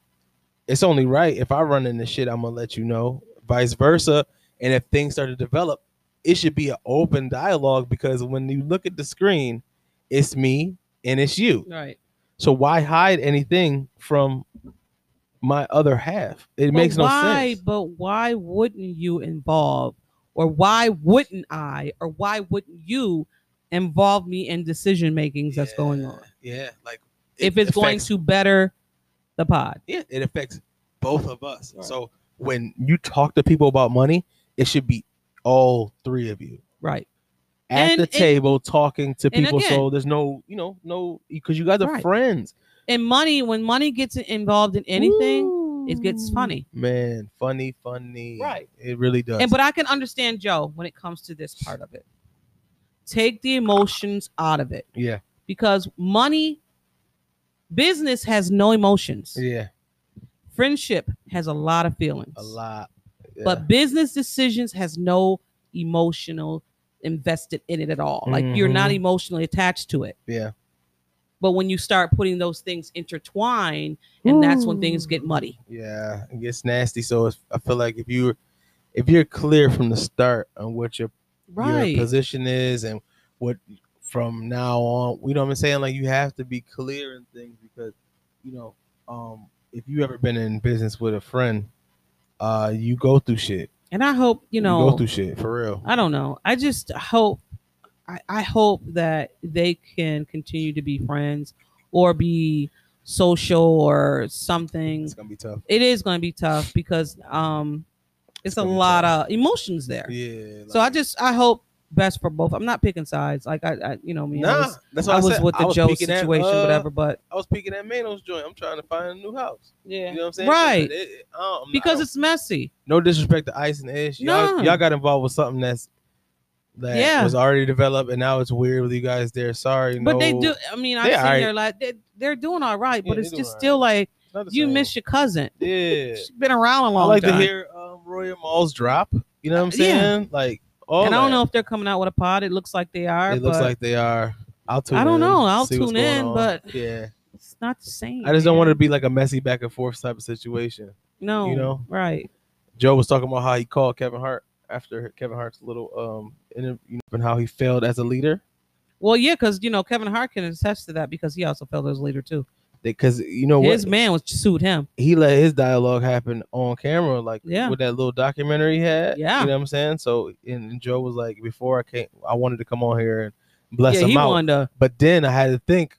it's only right if I run into shit, I'm gonna let you know. Vice versa, and if things start to develop, it should be an open dialogue because when you look at the screen, it's me and it's you.
Right.
So why hide anything from my other half? It
But
makes no
why,
sense.
But why wouldn't you involve, or why wouldn't I, or why wouldn't you involve me in decision makings that's going on?
Yeah, like
If it's going
affects-
to better the pod,
yeah, it affects both of us.
Right.
So when you talk to people about money, it should be all three of you
right?
at
And-
the
and-
table talking to
and
people. so
again-
there's no, you know, no, because you guys are
Right.
friends.
And money, when money gets involved in anything, it gets
Ooh.
funny.
Man, funny, funny.
Right.
It really does.
And but I can understand Joe when it comes to this part of it. Take the emotions out of it
yeah,
because money, business has no emotions.
yeah,
Friendship has a lot of feelings.
a lot. Yeah.
But business decisions has no emotional invested in it at all. Like you're not
Mhm.
emotionally attached to it.
yeah,
But when you start putting those things intertwined, and that's when things get muddy.
Yeah, it gets nasty. So it's, I feel like if you if you're clear from the start on what your your
Right.
position is and what from now on, you know what I'm saying? Like you have to be clear in things because you know, um, if you ever been in business with a friend, uh, you go through shit.
And I hope, you
you
know,
go through shit for real.
I don't know. I just hope I, I hope that they can continue to be friends or be social or something.
It's gonna be tough.
It is going to be tough because um it's, a
gonna be
lot of emotions there.
Yeah.
So I
like-
just I hope best for both. I'm not picking sides. Like I, I you know me. I
nah.
was,
that's
I
what I,
was
said.
with
I
the
was
Joe
peeking at,
situation,
uh,
whatever. But
I was peeking at Mano's joint. I'm trying to find a new house.
yeah,
You know what I'm saying?
Right.
So it- it- I don't- I'm not- I
because
don't-
it's messy.
no disrespect to Ice and Ish. Y'all,
No.
y'all got involved with something that's that
Yeah.
was already developed, and now it's weird with you guys there. Sorry,
But
no,
they do. I mean, I've
They
seen
alright.
their like they, they're doing all right.
Yeah,
but
they
it's
doing
just still like
it's not the
you
same.
miss your cousin.
Yeah,
She's been around a
I
long
like to
time.
hear um, Roy and Malls drop. You know what I'm
Uh, yeah.
saying? Like, all
and I don't
that.
know if they're coming out with a pod. It looks like they are.
It looks
but
like they are. I'll tune.
I don't
in,
know. I'll
see what's
tune
going
in,
on.
but-
yeah,
it's not the same.
I just don't want it to
man.
be like a messy back and forth type of situation.
No,
you know?
right?
Joe was talking about how he called Kevin Hart after Kevin Hart's little um interview you know, and how he failed as a leader
Well, yeah, because you know Kevin Hart can attest to that because he also felt as leader too.
because you know what
His man was sued him.
he let his dialogue happen on camera, like
Yeah.
with that little documentary he had.
Yeah.
you know what I'm saying. So and, and Joe was like, before I came, I wanted to come on here and bless
yeah,
him
he
out,
wanted to.
but then I had to think,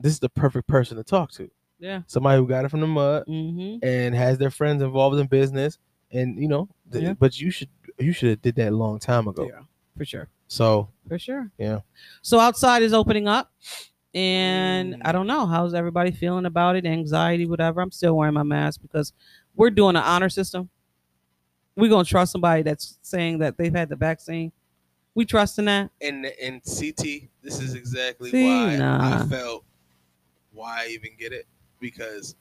this is the perfect person to talk to.
Yeah.
Somebody who got it from the mud
Mm-hmm.
and has their friends involved in business, and you know, th-
Yeah.
but you should you should have did that a long time ago.
Yeah. for sure.
So
For sure.
Yeah.
So outside is opening up. And I don't know. How's everybody feeling about it? Anxiety, whatever. I'm still wearing my mask because we're doing an honor system. We're gonna trust somebody that's saying that they've had the vaccine. We trust in that.
And and CT, this is exactly
See,
why
nah.
I felt why I even get it because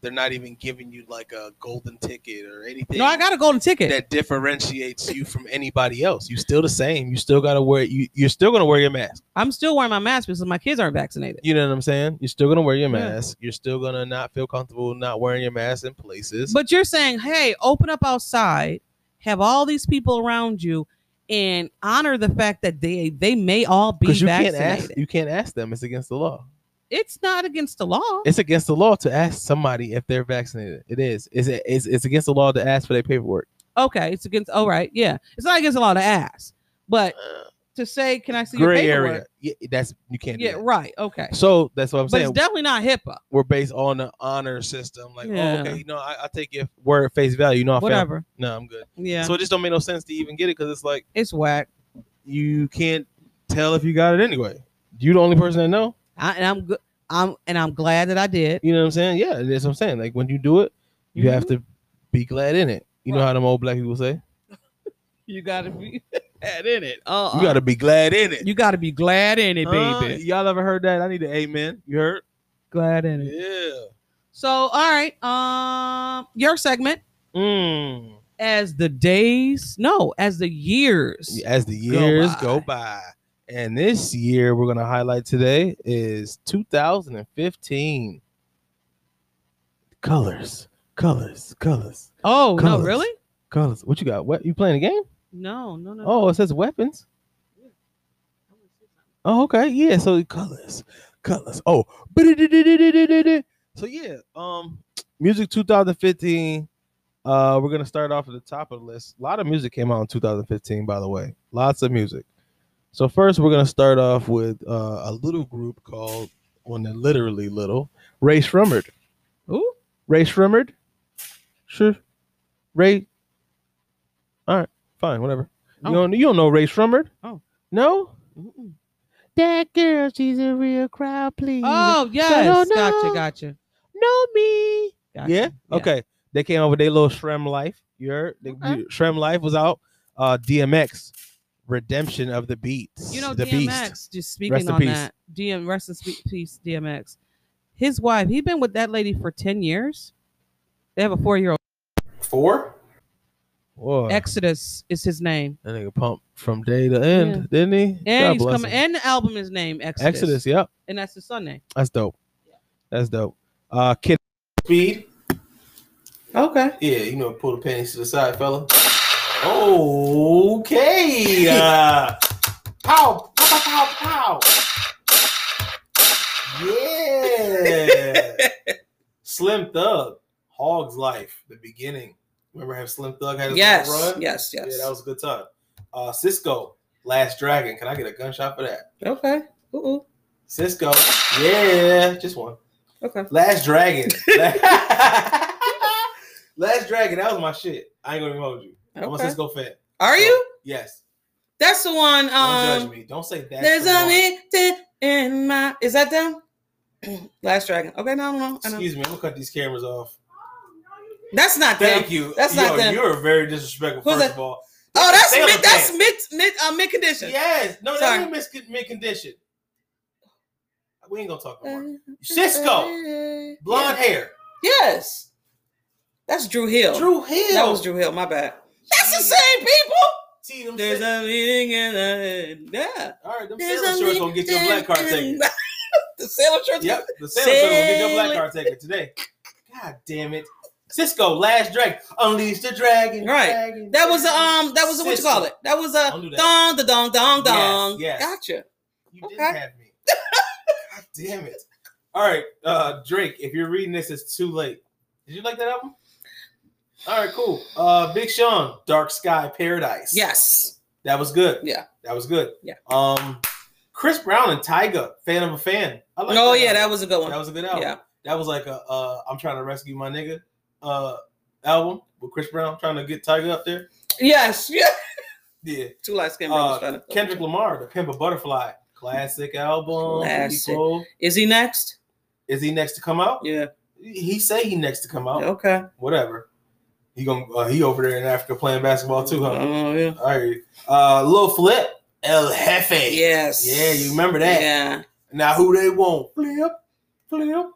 they're not even giving you like a golden ticket or anything.
No, I got a golden ticket.
that differentiates you from anybody else. You're still the same. You still gotta wear you. You're still gonna wear your mask.
I'm still wearing my mask because my kids aren't vaccinated.
you know what I'm saying? You're still gonna wear your
Yeah.
mask. You're still gonna not feel comfortable not wearing your mask in places.
But you're saying, hey, open up outside, have all these people around you, and honor the fact that they they may all be
Because you can't
vaccinated.
ask you can't ask them. It's against the law.
it's not against the law.
It's against the law to ask somebody if they're vaccinated. It is. It's it's, it's against the law to ask for their paperwork.
okay, it's against. All right, yeah, it's not against the law to ask, but to say, can I see your
Gray
paperwork?
area. Yeah, that's you can't. do
Yeah,
that.
right. Okay,
So that's what I'm
but
saying.
it's definitely not HIPAA.
We're based on the honor system. Like,
Yeah.
oh, okay, you know, I, I take your word at face value. You know, I failed.
Whatever.
No, I'm good.
Yeah,
So it just don't make no sense to even get it because it's like
it's whack.
you can't tell if you got it anyway. You the only person that know.
I, and I'm good. I'm and I'm glad that I did.
You know what I'm saying? Yeah, that's what I'm saying. Like when you do it, you have
Mm-hmm.
to be glad in it. You know how them old black people say?
You gotta be had in it. Uh,
You gotta be glad in it.
You gotta be glad in it,
Uh,
baby.
y'all ever heard that? I need an amen. You heard?
glad in it.
Yeah.
So, all right. Um, your segment
Mm.
as the days, no, as the years.
As the years
by.
go by. And this year we're gonna highlight today is 2015. Colors, colors, colors,
Oh no,
Colors.
really?
colors. What you got? What you playing a game?
No, no, no.
Oh, it says weapons. Oh, okay. Yeah. So colors, colors. Oh, so yeah. Um, music 2015. Uh, we're gonna start off at the top of the list. A lot of music came out in 2015, by the way. Lots of music. So first, we're gonna start off with uh, a little group called, well, they're literally little, Ray Shremmerd.
Ooh.
Ray Shremmerd. Sure. Ray. All right. Fine. Whatever.
Oh.
You don't. You don't know Ray Shremmerd.
Oh.
No.
Mm-mm.
That girl, she's a real crowd pleaser.
Oh
no,
yes,
no.
gotcha, gotcha,
know me.
gotcha.
Yeah. Okay. They came out with their little Shrem Life. You heard? They-
Okay.
Shrem Life was out. Uh, DMX, Redemption of the Beats.
You know,
the
DMX. Just speaking
Rest in
on
peace.
that, DM rest in spe- peace, DMX. His wife, he's been with that lady for ten years. They have a four-year-old.
Four. Whoa.
Exodus is his name,
that nigga pumped from day to end,
Yeah.
didn't he?
and
God
he's
bless
coming.
him.
And the album is named Exodus.
Exodus. Yep.
and that's his son name.
That's dope. That's dope. Uh, kid speed. Okay. Yeah, you know, pull the panties to the side, fella. Okay. Uh, pow, pow, pow, pow, pow. Yeah. Slim Thug, Hog's Life, the beginning. Remember how Slim Thug had his
Yes,
little run?
yes, yes.
Yeah, that was a good time. Uh, Cisco, Last Dragon. Can I get a gunshot for that?
Okay. Ooh.
Cisco. Yeah, just one.
Okay.
Last Dragon. Last Dragon. That was my shit. I ain't gonna even hold you. I'm a
Okay.
Cisco fan.
Are you?
Yes.
That's the one.
Don't
Um,
judge me. Don't say that.
there's a meeting in my. Is that them? Last Dragon. Okay, no, no, no. I know.
Excuse me. I'm gonna cut these cameras off.
That's not them.
Thank you.
That's not
Yo,
them.
You're very disrespectful.
Who's that?
first of all.
Oh, that's
Sailor
mid, that's
fan.
mid, mid, uh, mid condition.
Yes. No,
Sorry.
that ain't mis- mid condition. We ain't gonna talk no more.
Uh,
Cisco. Blonde hair.
Yes. That's Drew Hill.
Drew Hill. Mm.
That was Drew Hill. My bad. That's the same people.
See them.
There's
Sailor-
a meeting in the yeah.
all right, them
There's
Sailor
a
shorts gonna get your black card taken.
meeting- the sailor shirts.
Yep, the Sailor Sailor. will get your black
Sailor.
card taken today. God damn it. Cisco, last dragon. Unleash the dragon.
Right.
dragon,
That was a,
dragon.
um. That was a, what you call it? That was a
Don't do that.
dong, the dong, dong,
Yes,
dong.
yes.
Gotcha.
You did
okay.
have me. God damn it. All right, uh, Drake, if you're reading this, it's too late. Did you like that album? All right, cool. Uh, Big Sean, Dark Sky Paradise.
Yes.
That was good.
Yeah.
That was good.
Yeah.
Um, Chris Brown and Tyga, fan of a fan. I like
oh yeah,
album.
that was a good one.
That was a good album.
Yeah.
That was like a uh, I'm trying to rescue my nigga uh, album with Chris Brown trying to get Tiger up there.
yes. Yeah.
Yeah.
Two light skinned brothers.
Uh,
trying to-
Kendrick Lamar, The Pimp a Butterfly, classic album. pretty
Classic.
cool.
Is he next?
Is he next to come out?
Yeah.
He say he next to come out.
Okay.
Whatever. He gonna uh, he over there in Africa playing basketball too, huh?
Oh yeah.
All right. Uh, Lil Flip, El Jefe.
Yes.
Yeah, you remember that?
Yeah.
Now who they want? Flip, Flip.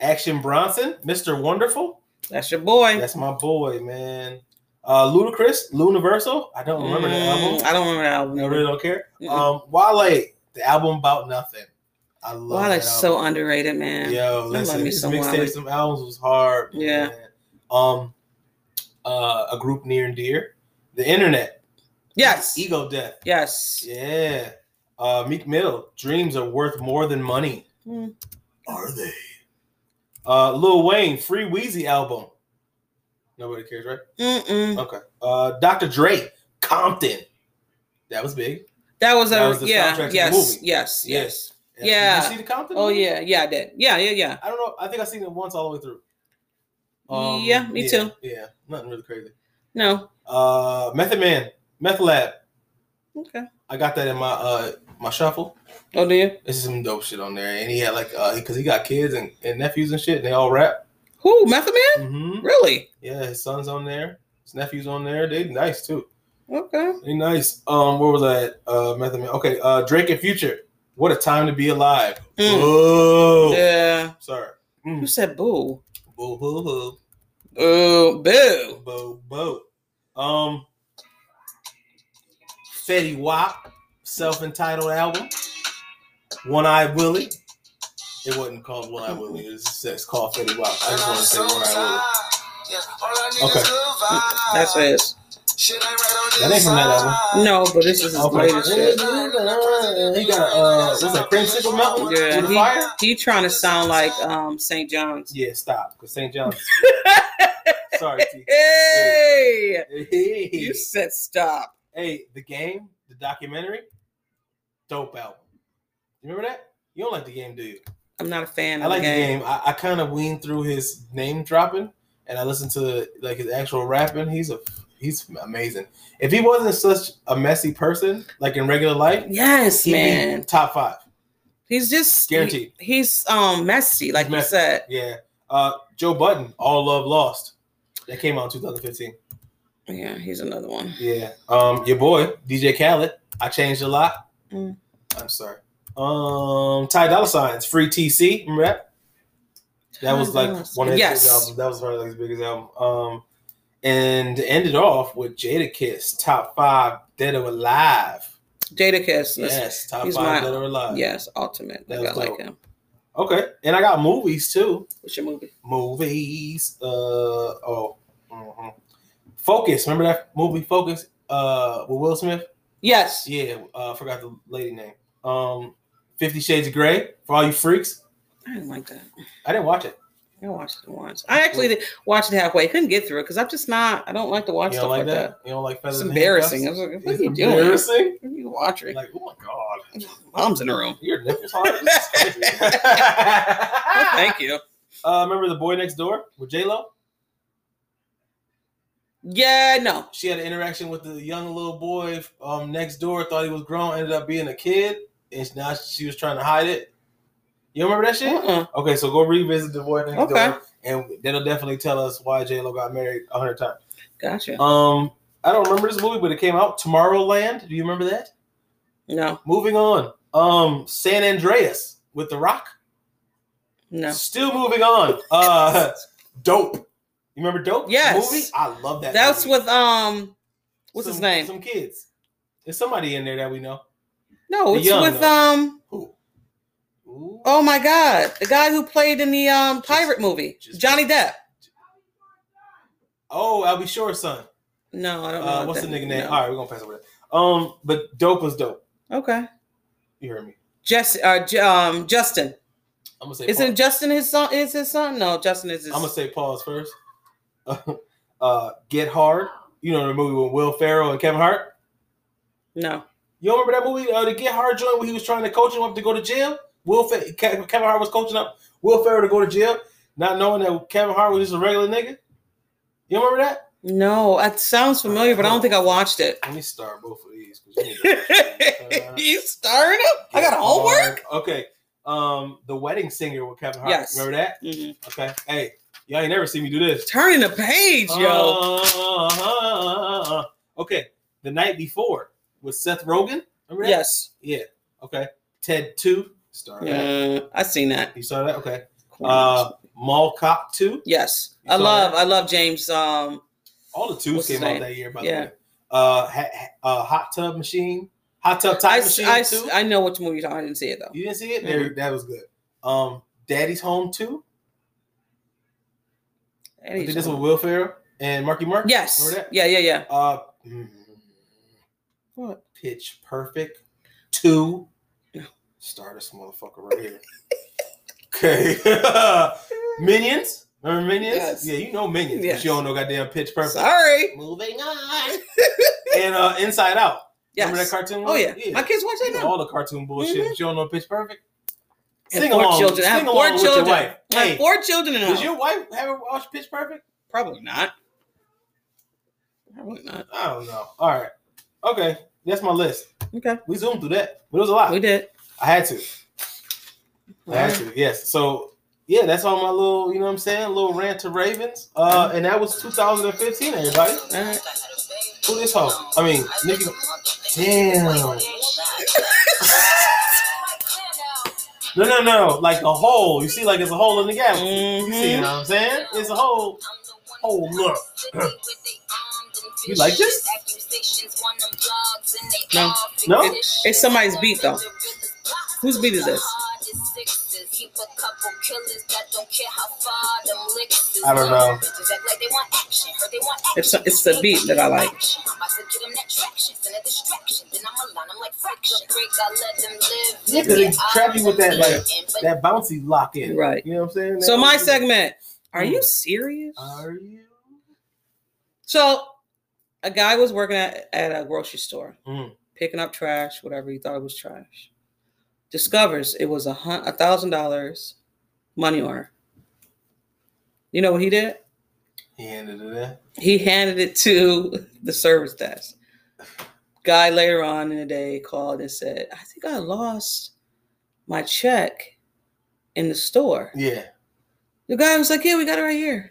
Action Bronson, Mr. Wonderful.
That's your boy.
That's my boy, man. Uh, Ludacris, Luniversal. I don't remember the
Mm,
album.
I don't remember that album.
I really don't care.
Mm-mm.
Um, Wale, the album about nothing. I love
Wale's
that
so
album.
underrated, man.
Yo, listen,
me
his
some Wale.
mixtape, some albums was hard.
Yeah.
man. Um, uh, a group near and dear, the internet.
Yes.
Ego death.
Yes.
Yeah. Uh, Meek Mill, dreams are worth more than money.
Hmm.
Are they? Uh, Lil Wayne, Free Wheezy album. Nobody cares, right?
Mm-mm.
Okay. Uh, Dr. Dre, Compton. That was big.
That was a
That was the
yeah.
soundtrack to the
Yes.
movie.
Yes.
Yeah.
Yes.
Did
Yeah.
you see the Compton?
Oh
movie?
yeah. Yeah. I did. Yeah. Yeah. Yeah.
I don't know. I think I've seen it once all the way through. Um,
Yeah, me
yeah,
too.
Yeah, nothing really crazy.
No.
Uh, Method Man, Meth Lab.
Okay.
I got that in my uh my shuffle.
Oh, do you?
This is some dope shit on there, and he had like uh because he got kids and, and nephews and shit, and they all rap.
Who? Method Man?
hmm
Really?
Yeah, his son's on there, his nephews on there. They nice too.
Okay.
They nice. Um, where was I? At? Uh, Method Man. Okay. Uh, Drake and Future. What a time to be alive.
Mm.
Boo.
Yeah.
Sorry.
Who
Mm.
said boo?
Boo boo boo.
Oh, boo.
Bo Bo. Um Fetty Wap, self-entitled album. One Eyed Willie. It wasn't called One Eyed Willie. It's, it's called Fetty Wap. I just want to say One Eyed Willie. Okay,
That's his.
that ain't from that album.
No, but this is his latest shit.
Okay. He got uh, what's that? Creamsicle Mountain
Yeah,
with the fire.
he, he trying to sound like um St. John's.
Yeah, stop. Cause St. John's. Sorry. T.
Hey,
Hey.
you said stop.
Hey, the game, the documentary, dope album. You remember that? You don't like the game, do you?
I'm not a fan of
I like
the game.
I, I kind of weaned through his name dropping, and I listened to like his actual rapping. He's a he's amazing. If he wasn't such a messy person, like in regular life,
Yes,
he'd
man.
be top five.
He's just
Guaranteed.
he- he's um messy, like you
messy.
said.
Yeah. Uh, Joe Budden, All Love Lost, that came out in 2015.
Yeah, he's another one.
Yeah. Um, your boy DJ Khaled, I changed a lot.
Mm.
I'm sorry. Um, Ty Dolla Signs, Free TC, remember that? That was like one of his
Yes.
biggest albums. That was probably like his biggest album. Um, and to end it off with Jada Kiss, top five, dead or alive.
Jada Kiss.
Yes, top
he's
five,
my-
dead or alive.
Yes, ultimate.
That
Like,
was
I like
dope.
him.
Okay, and I got movies too.
What's your movie?
Movies. Uh oh. mhm. Focus. Remember that movie Focus? Uh, with Will Smith.
Yes.
Yeah, uh, I forgot the lady name. Um, Fifty Shades of Grey for all you freaks.
I didn't like that.
I didn't watch it.
I watched it once. I actually did- watched it halfway. Couldn't get through it because I'm just not. I don't like to watch
you
stuff
don't like
like that.
You don't like feathers.
It's
and
embarrassing. I
handcuffs?
was like, what are
It's
you doing? What
Embarrassing.
are you watching?
Like, oh my god.
Mom's in the room.
Your nipples hard. This is crazy.
Oh, Thank you.
uh, remember the boy next door with J Lo?
Yeah, no.
She had an interaction with the young little boy um, next door. Thought he was grown. Ended up being a kid, and now she was trying to hide it. You remember that shit?
Uh-uh.
Okay, so go revisit the boy next
Okay.
door, and that'll definitely tell us why J Lo got married a hundred times.
Gotcha.
Um, I don't remember this movie, but it came out Tomorrowland. Do you remember that?
No,
Moving on. Um, San Andreas with The Rock.
no.
Still moving on. Uh, dope. You remember Dope? the
Yes.
Movie? I love that.
That's
movie.
with um, what's
Some-
his name?
Some kids. There's somebody in there that we know.
no,
the
it's
young,
with
though.
um.
Who? Ooh.
Oh my God, the guy who played in the um pirate movie,
just-
Johnny Depp.
Oh, I'll be sure, son.
No, I don't know.
Uh,
what
what's the
that-
nigga name?
no.
All right, we're gonna pass over that. Um, but Dope was dope.
Okay.
You heard me.
Jess, uh, J- um, Justin.
I'm gonna say.
Isn't Justin his son? Is his son? No, Justin is his.
I'm gonna say pause first. uh, Get Hard. You know the movie with Will Ferrell and Kevin Hart.
no.
You don't remember that movie, uh, the Get Hard joint, where he was trying to coach him up to go to jail. Will Fe- Ke- Kevin Hart was coaching up Will Ferrell to go to jail, not knowing that Kevin Hart was just a regular nigga. You remember that?
No, that sounds familiar, but I don't think I
Uh-huh.
watched it.
Let me start both of these. 'cause you need to- uh,
you started up? I got
get
homework?
hard. Okay. Um, The Wedding Singer with Kevin Hart.
Yes.
Remember that?
Mhm.
Okay. Hey, y'all ain't never seen me do this.
Turning the page, yo.
Uh, okay. The Night Before with Seth Rogen. Remember that?
Yes.
Yeah. Okay. Ted 2. Star. that.
Yeah, I seen that.
You saw that? Okay. Uh, Mall Cop 2.
yes,
you
I
saw
love,
that?
I love James. Um,
All the twos
What's his
came out
name?
that year, by
Yeah.
the way. Uh, ha- ha- uh, Hot Tub Machine. Hot Tub Time
I, s-
Machine
I, s-
2.
I know which movie you're talking. I didn't see it though.
You didn't see it? There, that was good. Um, Daddy's Home Too. I think this was Will Ferrell and Marky Mark.
yes.
Remember that?
Yeah, yeah, yeah.
Uh, mm, what? Pitch Perfect Two.
No.
Start this motherfucker right here. okay. Minions. Remember Minions?
Yes.
Yeah, you know Minions,
Yes.
but you don't know goddamn Pitch Perfect.
Sorry.
Moving on. and uh, Inside Out.
Yes.
Remember that cartoon?
Oh
one?
yeah. my kids watch that
You know
now.
all the cartoon bullshit.
Mhm.
but You don't know Pitch Perfect.
And
Sing
four
along.
children. I have
Sing
four
along with your
children.
wife.
I have
Hey.
four children in the
Does
house.
your wife ever watch Pitch Perfect?
Probably not. Probably not.
I don't know. All right. Okay. That's my list.
Okay.
We zoomed through that. But it was a lot.
We did.
I had to. I had to. Yes. So yeah, that's all my little, you know what I'm saying, little rant to Ravens. Uh, and that was 2015, everybody.
All right.
Who this hoe? I mean, Nikki. Damn. no, no, no. Like a hole. You see, like it's a hole in the gap.
Mm-hmm.
You see, you know what I'm saying? It's a hole.
Oh look.
You like this?
No.
No?
It's somebody's beat though. Whose beat is this?
I don't know.
It's it's the beat that I like.
Yeah, because they trap you with that like that bouncy lock in.
Right.
You know what I'm saying?
So
That
my
bouncy-
segment. Are
Mm.
you serious?
Are you?
So, a guy was working at, at a grocery store,
Mm.
picking up trash, whatever he thought was trash. Discovers it was a hun- a thousand dollars money order. You know what he did?
He ended it there.
He handed it to the service desk. Guy later on in the day called and said, "I think I lost my check in the store."
Yeah.
The guy was like, "Yeah, we got it right here."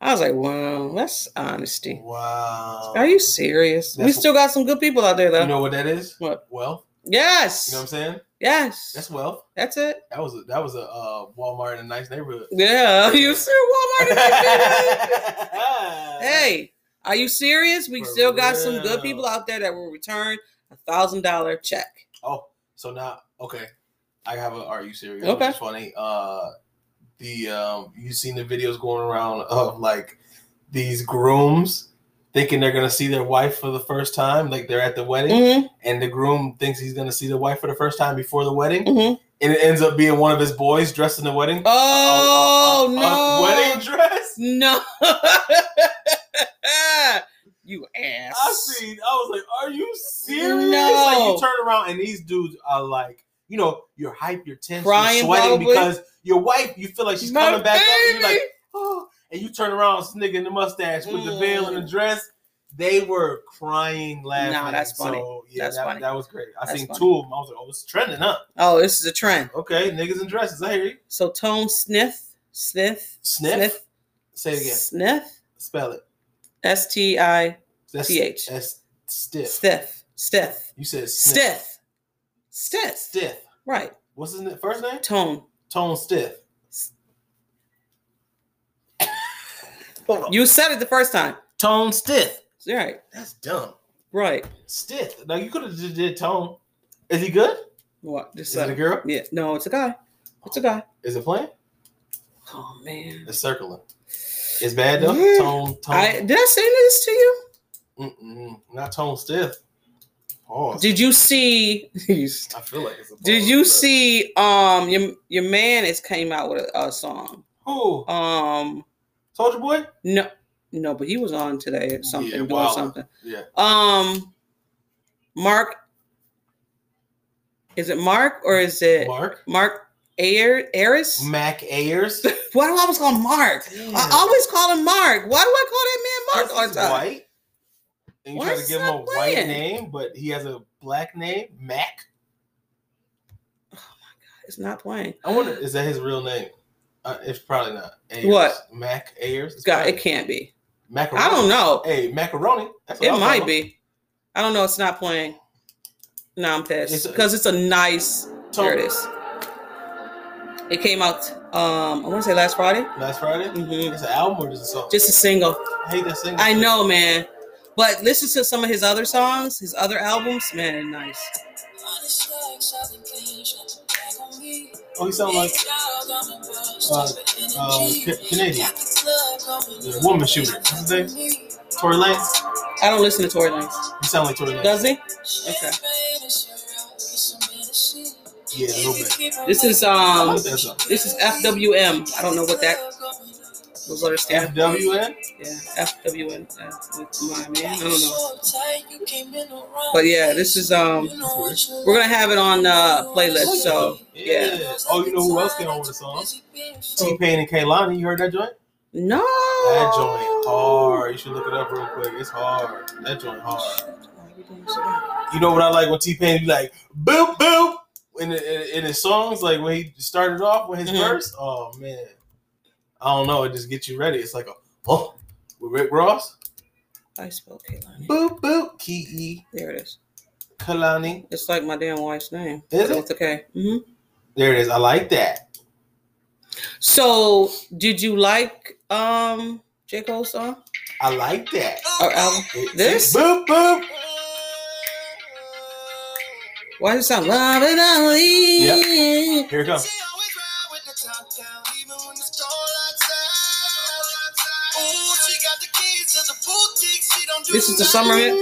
I was like, "Wow, that's honesty."
Wow.
Are you serious? We
That's-
still got some good people out there, though.
You know what that is?
What?
Wealth.
yes.
You know what I'm saying?
yes.
That's wealth.
That's it.
That was a, that was a uh, Walmart in a nice neighborhood.
Yeah. You sure Walmart? is that good?
hey.
hey, are you serious? We
For
still got some
real.
good people out there that will return a thousand dollar check.
Oh, so now okay. I have a. Are you serious?
Okay.
It's funny. Uh, the um, you seen the videos going around of like these grooms thinking they're gonna see their wife for the first time, like they're at the wedding,
Mm-hmm.
and the groom thinks he's gonna see the wife for the first time before the wedding,
Mm-hmm.
and it ends up being one of his boys dressed in the wedding.
Oh,
A- a- a-
no!
A Uh, wedding dress.
No. you ass.
I seen. I was like, "Are you serious?"
No.
Like you turn around and these dudes are like, you know, you're hype, you're tense,
Crying
you're sweating
probably.
because your wife. You feel like she's
My
coming back up, and
baby.
you're like, oh. And you turn around, this nigga in the mustache with the veil and the
Mm.
dress. They were crying, laughing.
Nah, that's funny.
So, yeah,
That's
that,
funny.
that was great. I
That's
seen
funny.
two of them. I was like, "Oh, it's trending up."
Oh, this is a trend.
Okay, niggas in dresses. I hear you.
So tone sniff, sniff,
Sniff? Say it
sniff,
again.
sniff.
Spell it.
S T I
That's
TH.
That's stiff.
stiff, stiff,
You said sniff.
stiff, stiff.
Stiff.
Right.
What's his na- first name?
Tone.
Tone Stiff. Hold on.
You said it the first time.
Tone Stiff.
You're Right.
That's dumb.
Right.
Stiff. Like you could have just did Tone. Is he good?
What? Just
Is it
said
a
it.
girl?
Yeah. No, it's a guy. It's a guy.
Is it playing?
Oh man.
It's circling. It's bad though.
Yeah.
Tone. Tone.
I did I say this to you?
Mm-mm. not Tone Stiff. Oh,
Did you see?
I feel like it's a.
did
pause,
you
but-
see? Um, your your man is came out with a, a song.
Who?
Um,
Soldier Boy.
no, no, but he was on today or something
Yeah,
doing
wild.
something.
Yeah.
Um, Mark. Is it Mark or is it
Mark.
Mark Ayer, Ayers?
Mac Ayers.
Why do I always call him Mark? I always call him Mark. Why do I call that man Mark all
He's
the time?
white. And you
Why
try to
is
give
he
him a
not
white
playing?
name, but he has a black name, Mac.
It's not playing.
I wonder, is that his real name? Uh, it's probably not. Ayers.
What?
Mac Ayers? It's
God,
probably-
it can't be.
Macaroni.
I don't know.
Hey, macaroni. That's what I
It
was
might
talking
be. I don't know. It's not playing. No, I'm pissed
It's a-
because it's a nice.
about.
There it
Tony,
is. It came out. Um, I want to say last Friday.
Last Friday.
hmm
It's an album or just a song?
Just a single.
I hate that single.
I know, man. But listen to some of his other songs, his other albums. Man, they're nice.
Oh, he sounds like uh, uh, Ca- Canadian. The woman shooter. What's his name? Tory Lanez.
I don't listen to Tory Lanez.
He sounds like Tory Lanez.
Does he? Okay.
Yeah, a little bit.
This is
I
um.
like that song.
This is FWM. I don't know what that was. Letter stand.
FWN.
Yeah, FWN. Uh, with my man. I don't know. But yeah, this is um. We're gonna have it on uh playlist. So yeah.
Oh, you know who else came on with the song? T Pain and Kaylani. You heard that joint?
No.
That joint hard. You should look it up real quick. It's hard. That joint hard. You know what I like when T Pain be like boop boop in, the, in, in his songs, like when he started off with his
Mhm.
verse. Oh man, I don't know. It just gets you ready. It's like a oh with Rick Ross.
I spelled Kaylani.
Boop boop. Ki
There it is.
Kalani.
It's like my damn wife's name.
Is
So
it?
It's okay. hmm
There it is. I like that.
So, did you like um J Cole's song
I like that.
or album?
It-
This?
boop boop.
Why does it sound love and only?
Here it comes.
This is the summer hit.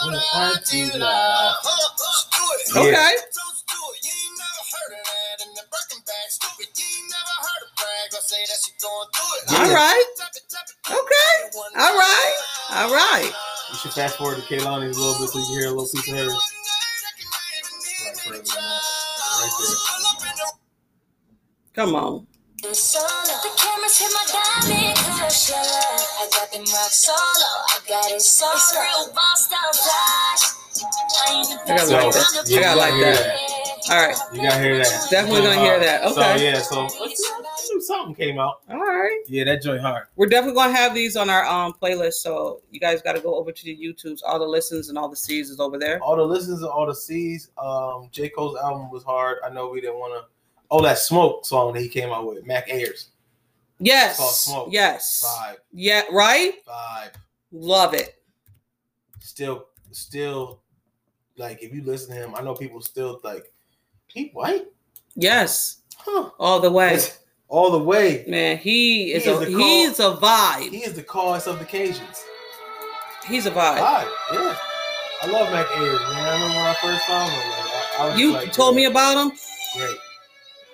Oh,
Yeah.
Okay.
Yeah.
All right. Okay. All right. All right.
You should fast forward to Kaylani a little bit so you can hear a little piece of her. Right
Come on.
The cameras hit my diamond cush, la la. I got them rock solo, I got it solo. It's real boss style flash. I ain't the
gotta
best,
like
but
that.
I'm the
Yeah,
I
you
gotta like
gotta hear
that. All right.
there. You gotta hear that.
Definitely gonna hear that.
Alright,
Okay.
So yeah, so let's do something came out.
All right.
Yeah, that joint hard.
We're definitely gonna have these on our um playlist. So you guys gotta go over to the YouTubes. All the listens and all the seas is over there.
All the listens and all the C's. Um, J Cole's album was hard. I know we didn't want to. Oh, that smoke song that he came out with, Mac Ayers. Called
Yes.
Smoke.
Yes.
Vibe,
Yeah, right?
vibe.
Love it.
Still, still, like if you listen to him, I know people still like he white,
Yes.
huh?
All the way.
All the way.
Man, he is
He is
a
the call-
he's a vibe.
He is the cause of the Cajuns.
He's a vibe.
Hi, yeah. I love Mac Ayers, man. I remember when I first found him. Like, I, I was
You
like,
told me about him.
Great.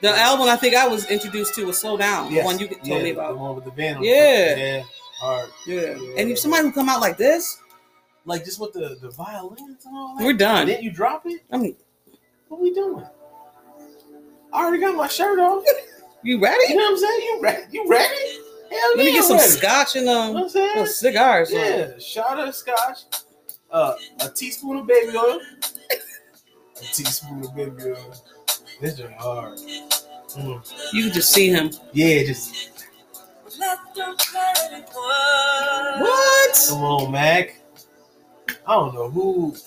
The
Yeah.
album I think I was introduced to was Slow Down. The
Yes.
one you told
yeah,
me
The
about.
one with the van. on the
Yeah.
front. Yeah. All right.
Yeah.
Yeah.
And if somebody who come out like this,
Like just with the, the violins and all that.
we're
And
done.
then you drop it?
I mean,
What we doing? I already got my shirt on.
you
You
ready?
know what I'm saying? You ready? You ready? Hell yeah.
Let me get
I'm
some
ready.
scotch and
You know
um
what I'm
some
saying?
cigars. Yeah.
Yeah. Shot of scotch. Uh, a teaspoon of baby oil. a teaspoon of baby oil. This is hard. Mm.
You could just see him.
Yeah, just
What?
come on, Mac. I don't know who his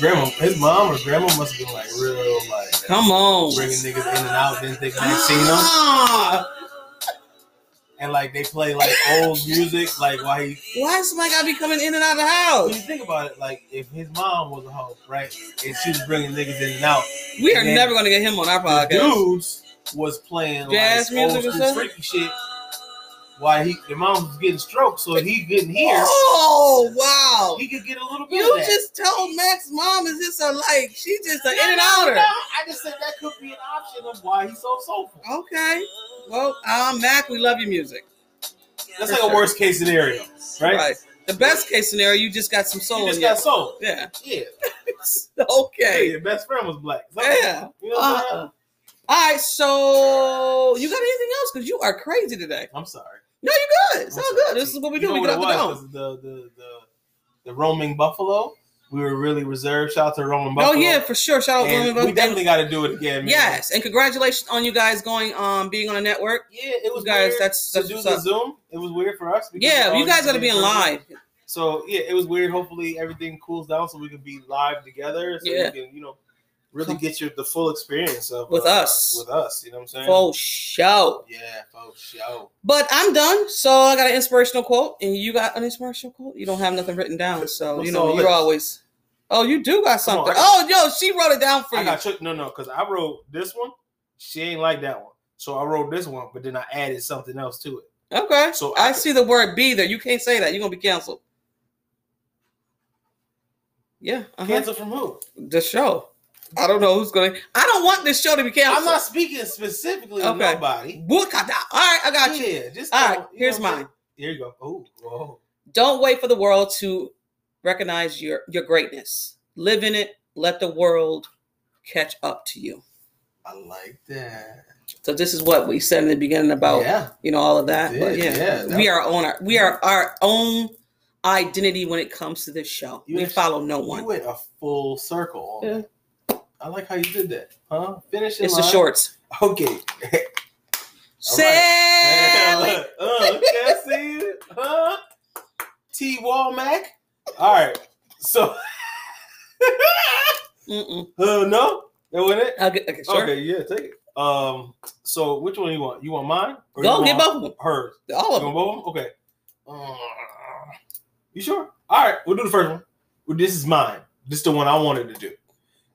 grandma, his mom or grandma must have been like real like
Come on.
bringing niggas in and out. Didn't think they seen them,
Ah,
and like they play like old music. Like why he?
why is somebody gotta be coming in and out of the
When you
house?
think about it, like if his mom was a hoe, right, and she was bringing niggas in and out,
We are
Yeah.
never gonna get him on our
the
podcast.
dudes was playing
Jazz
like
music
old
and
school
stuff?
freaky shit. Why he? The mom was getting stroked, so he couldn't hear.
Oh wow.
He could get a little bit.
You
of that.
just told Max mom is just a like she just an in and
No,
outer.
I just said that could be an option of why he's so soulful.
Okay. Well, um, Mac, we love your music.
That's like a worst case scenario, right?
The best case scenario, you just got some soul
You
in
just
you.
got soul.
Yeah.
Yeah.
It's okay.
your best friend was black. So,
Yeah.
You know what I'm saying?
Uh-uh. All right, so you got anything else? Because you are crazy today.
I'm sorry.
No, you're good. It's
I'm
all
sorry.
good. This is what we
You
do.
know
We get out the
what it
dome.
was? The, the, the, the roaming buffalo. We were really reserved. Shout out to roaming
Oh
buffalo.
yeah, for sure. Shout out
And
Roman
we definitely got to do it again. Man.
Yes, and congratulations on you guys going um being on a network.
Yeah, it was
You guys,
weird
that's
to
that's
do
what's
the
up.
Zoom. It was weird for us. because
Yeah,
we're
you
all
guys got to be in
in
live.
So yeah, it was weird. Hopefully everything cools down so we can be live together. So
Yeah.
you can, you know, really
Come-
get your the full experience of
With
uh,
us.
With us. You know what I'm saying?
For show.
Yeah, for sure.
But I'm done. So I got an inspirational quote, and you got an inspirational quote. You don't have nothing written down, so
What's
you
all
know
this?
you're always. Oh, you do got
Come on,
something.
I
Oh, yo, she wrote it down for
I
you.
got tricked. No, no, because I wrote this one. She ain't like that one. So I wrote this one, but then I added something else to it.
Okay.
So I
I
could-
see the word "be" there. You can't say that. You're gonna be canceled. Yeah. uh
Cancel from who?
The show. I don't know who's gonna. I don't want this show to be canceled.
I'm not speaking specifically to
Okay.
nobody.
Book All right, I got you.
Yeah, just
All right,
don't- you
here's
know what I'm
mine.
saying? Here you go. Oh, whoa.
Don't wait for the world to recognize your your greatness. Live in it. Let the world catch up to you.
I like that.
So this is what we said in the beginning about
yeah,
you know all of that.
You
but
did,
yeah,
yeah, that-
we are on our we are our own identity when it comes to this show.
You
we
actually-
follow no
you
one.
went a full circle. on
Yeah.
that. I like how you did that. Huh? Finish in
It's the
line.
shorts.
Okay.
Sally.
uh, look, I see you. Huh? T. Walmack. All right. So,
Mm-mm.
uh, no, that wasn't it.
I'll get, okay, sure.
Okay, yeah, take it. Um, so which one you want? You want mine? Or
Go
you
get
want
both of them.
Hers.
All
You
of them.
want both of them? Okay. Uh, you sure? All right, we'll do the first one. Well, this is mine. This is the one I wanted to do.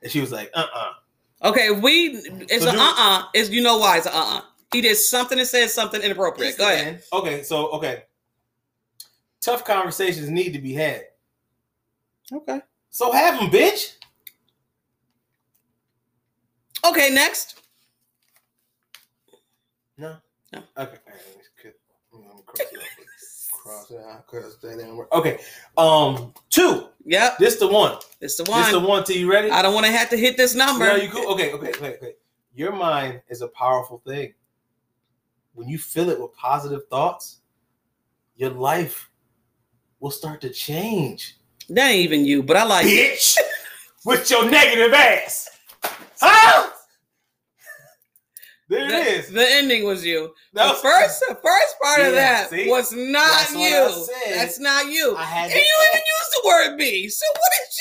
And she was like, uh uh
Okay, we it's
So
an
do-
uh uh It's you know why it's an uh uh. He did something and said something inappropriate. Go ahead.
Okay, so okay. Tough conversations need to be had.
Okay.
So have them, bitch.
Okay, next.
No.
No.
Okay. all right, let's cut- I'm gonna cross it out. Cross it out, cross that out. Okay. Um, two.
Yep,
This the one.
it's the
This
one.
the one. Till you ready?
I don't want to have to hit this number.
No, you cool. Okay, okay, okay, okay. Your mind is a powerful thing. When you fill it with positive thoughts, your life will start to change.
That ain't even you, but I like it.
Bitch, with your negative ass. Huh? There
the,
it is.
The ending was you.
That
the
was-
first, the first part of
Yeah,
that
see?
was not
That's what I
you.
said.
That's not you.
I had
And you even used the word "be." So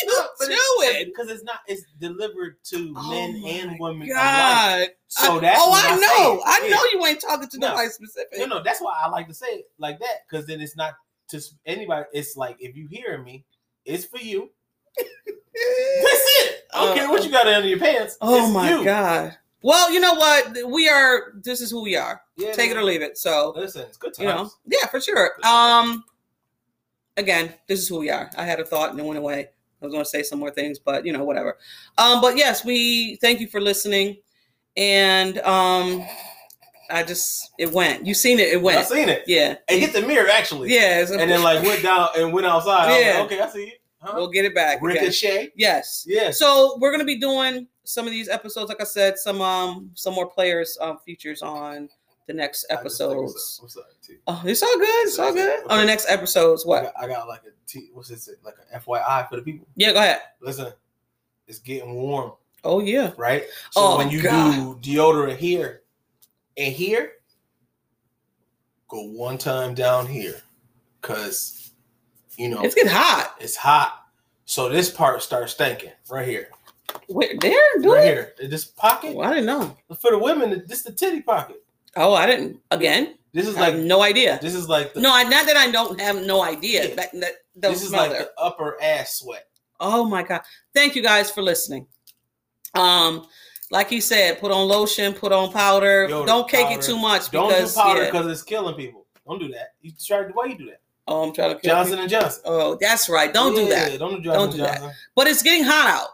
what
But it's-
did you
it's-
doing?
Because it's not, it's delivered to
Oh
men
my
and women. alike.
God.
So
I-
that's
oh,
what
I
I'm
know.
saying.
I
Yeah.
know you ain't talking to
No.
nobody specific.
No, no, that's why I like to say it like that because then it's not to s- anybody. It's like if you hearing me, it's for you. That's it. I don't care what you got under your pants.
Uh, Oh
it's
my
you.
god. Well, you know what? We are. This is who we are.
Yeah,
Take it or leave it. So
Listen, it's good times.
you know, yeah, for sure. Um, again, this is who we are. I had a thought and it went away. I was going to say some more things, but you know, whatever. Um, but yes, we thank you for listening. And um, I just it went. You seen it? It
I
went.
seen it.
Yeah.
And hit the mirror actually.
Yeah. it's-
And then like went down and went outside. I was like,
Yeah.
okay, I see you. Huh?
we'll get it back. again.
Ricochet.
Yes.
Yes.
So we're gonna be doing some of these episodes, like I said, some um some more players um features on the next
I just think it's
episodes.
up. I'm sorry. T.
Oh, it's all good. It's all good. On the next episodes,
I
what?
got, I got like a T. What's this? Like a FYI for the people.
Yeah, go ahead.
Listen, it's getting warm,
Oh yeah.
right? So
Oh,
when you
God.
do deodorant here and here, go one time down here, cause you know
It's getting hot.
It's hot. So this part starts stinking right here.
Wait, there, do
right
it.
here. This pocket
Oh, I didn't know.
for the women, this is the titty pocket.
Oh, I didn't. Again,
This is
I
like
have no idea.
this is like the
No, I not that I don't have no idea.
Yeah.
That, that don't
this is
smell
like
there.
the upper ass sweat.
Oh my God. Thank you guys for listening. Um, like he said, put on lotion, put on powder.
Yo, the
don't cake
powder.
it too much
Don't
because
do powder
yeah.
because it's killing people. Don't do that. You try why you do that?
Oh, I'm trying to kill
Johnson and Johnson.
Oh, that's right. Don't do
Yeah,
that.
Don't do Johnson
Don't
and
do that.
Johnson.
But it's getting hot out.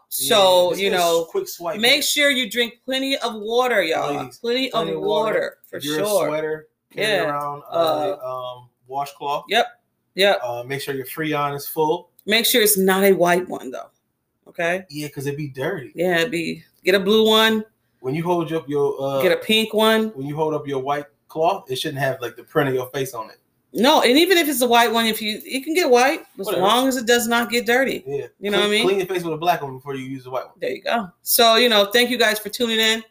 Yeah,
So,
this
you
is a
know,
quick swipe.
make sure you drink plenty of water, y'all.
Ladies,
plenty,
plenty
of
of
water,
water.
for
your
sure.
sweater. Carry
Yeah. Uh,
around a um, washcloth.
Yeah.
Uh, make sure your freon is full.
Make sure it's not a white one though. Okay.
Yeah, because it'd be dirty.
Yeah, it'd be get a blue one,
When you hold up your uh,
get a pink one.
when you hold up your white cloth, it shouldn't have like the print of your face on it.
No, and even if it's a white one, if you you can get white as
Whatever.
long as it does not get dirty.
Yeah,
You
Clean-
know what I mean?
Clean your face with a black one before you use the white one.
There you go. So, you know, thank you guys for tuning in.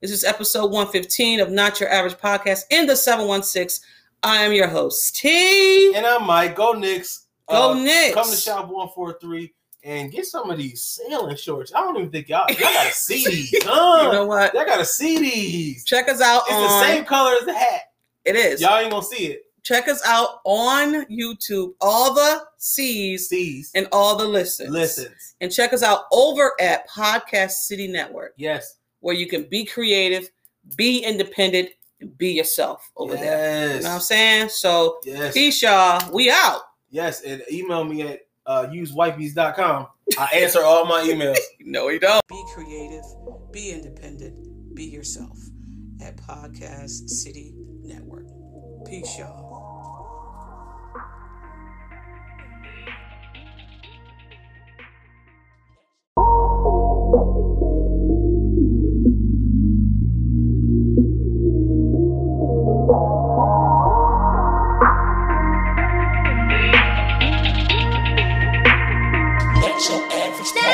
This is episode 115 of Not Your Average Podcast in the 716. I am your host, T.
And I might go Knicks.
Go
Uh,
Knicks.
Come to shop one four three and get some of these sailing shorts. I don't even think y'all y'all gotta see these.
You
Huh?
know Um, what?
y'all gotta see these.
Check us out
It's
on
the same color as the hat.
It is.
Y'all ain't gonna see it.
Check us out on YouTube. All the C's
Sees.
and all the listens.
Listens.
And check us out over at Podcast City Network,
Yes.
where you can be creative, be independent, and be yourself over there. You know what I'm
Yes.
saying? So
Yes.
peace, y'all. We out.
Yes. And email me at uh, usewipies.com. I answer all my emails.
No, you don't. Be creative, be independent, be yourself at Podcast City Network. Peace, y'all.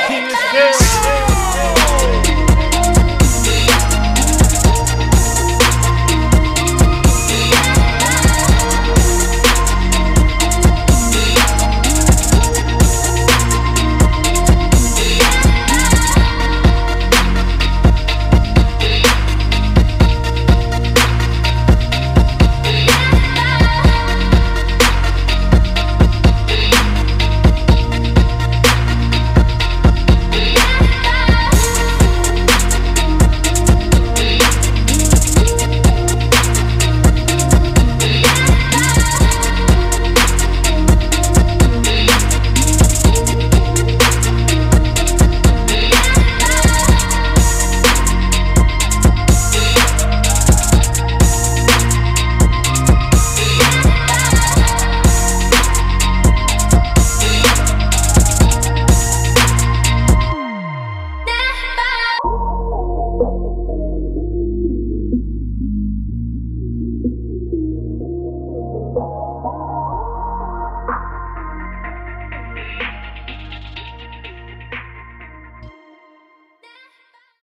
Penis girl.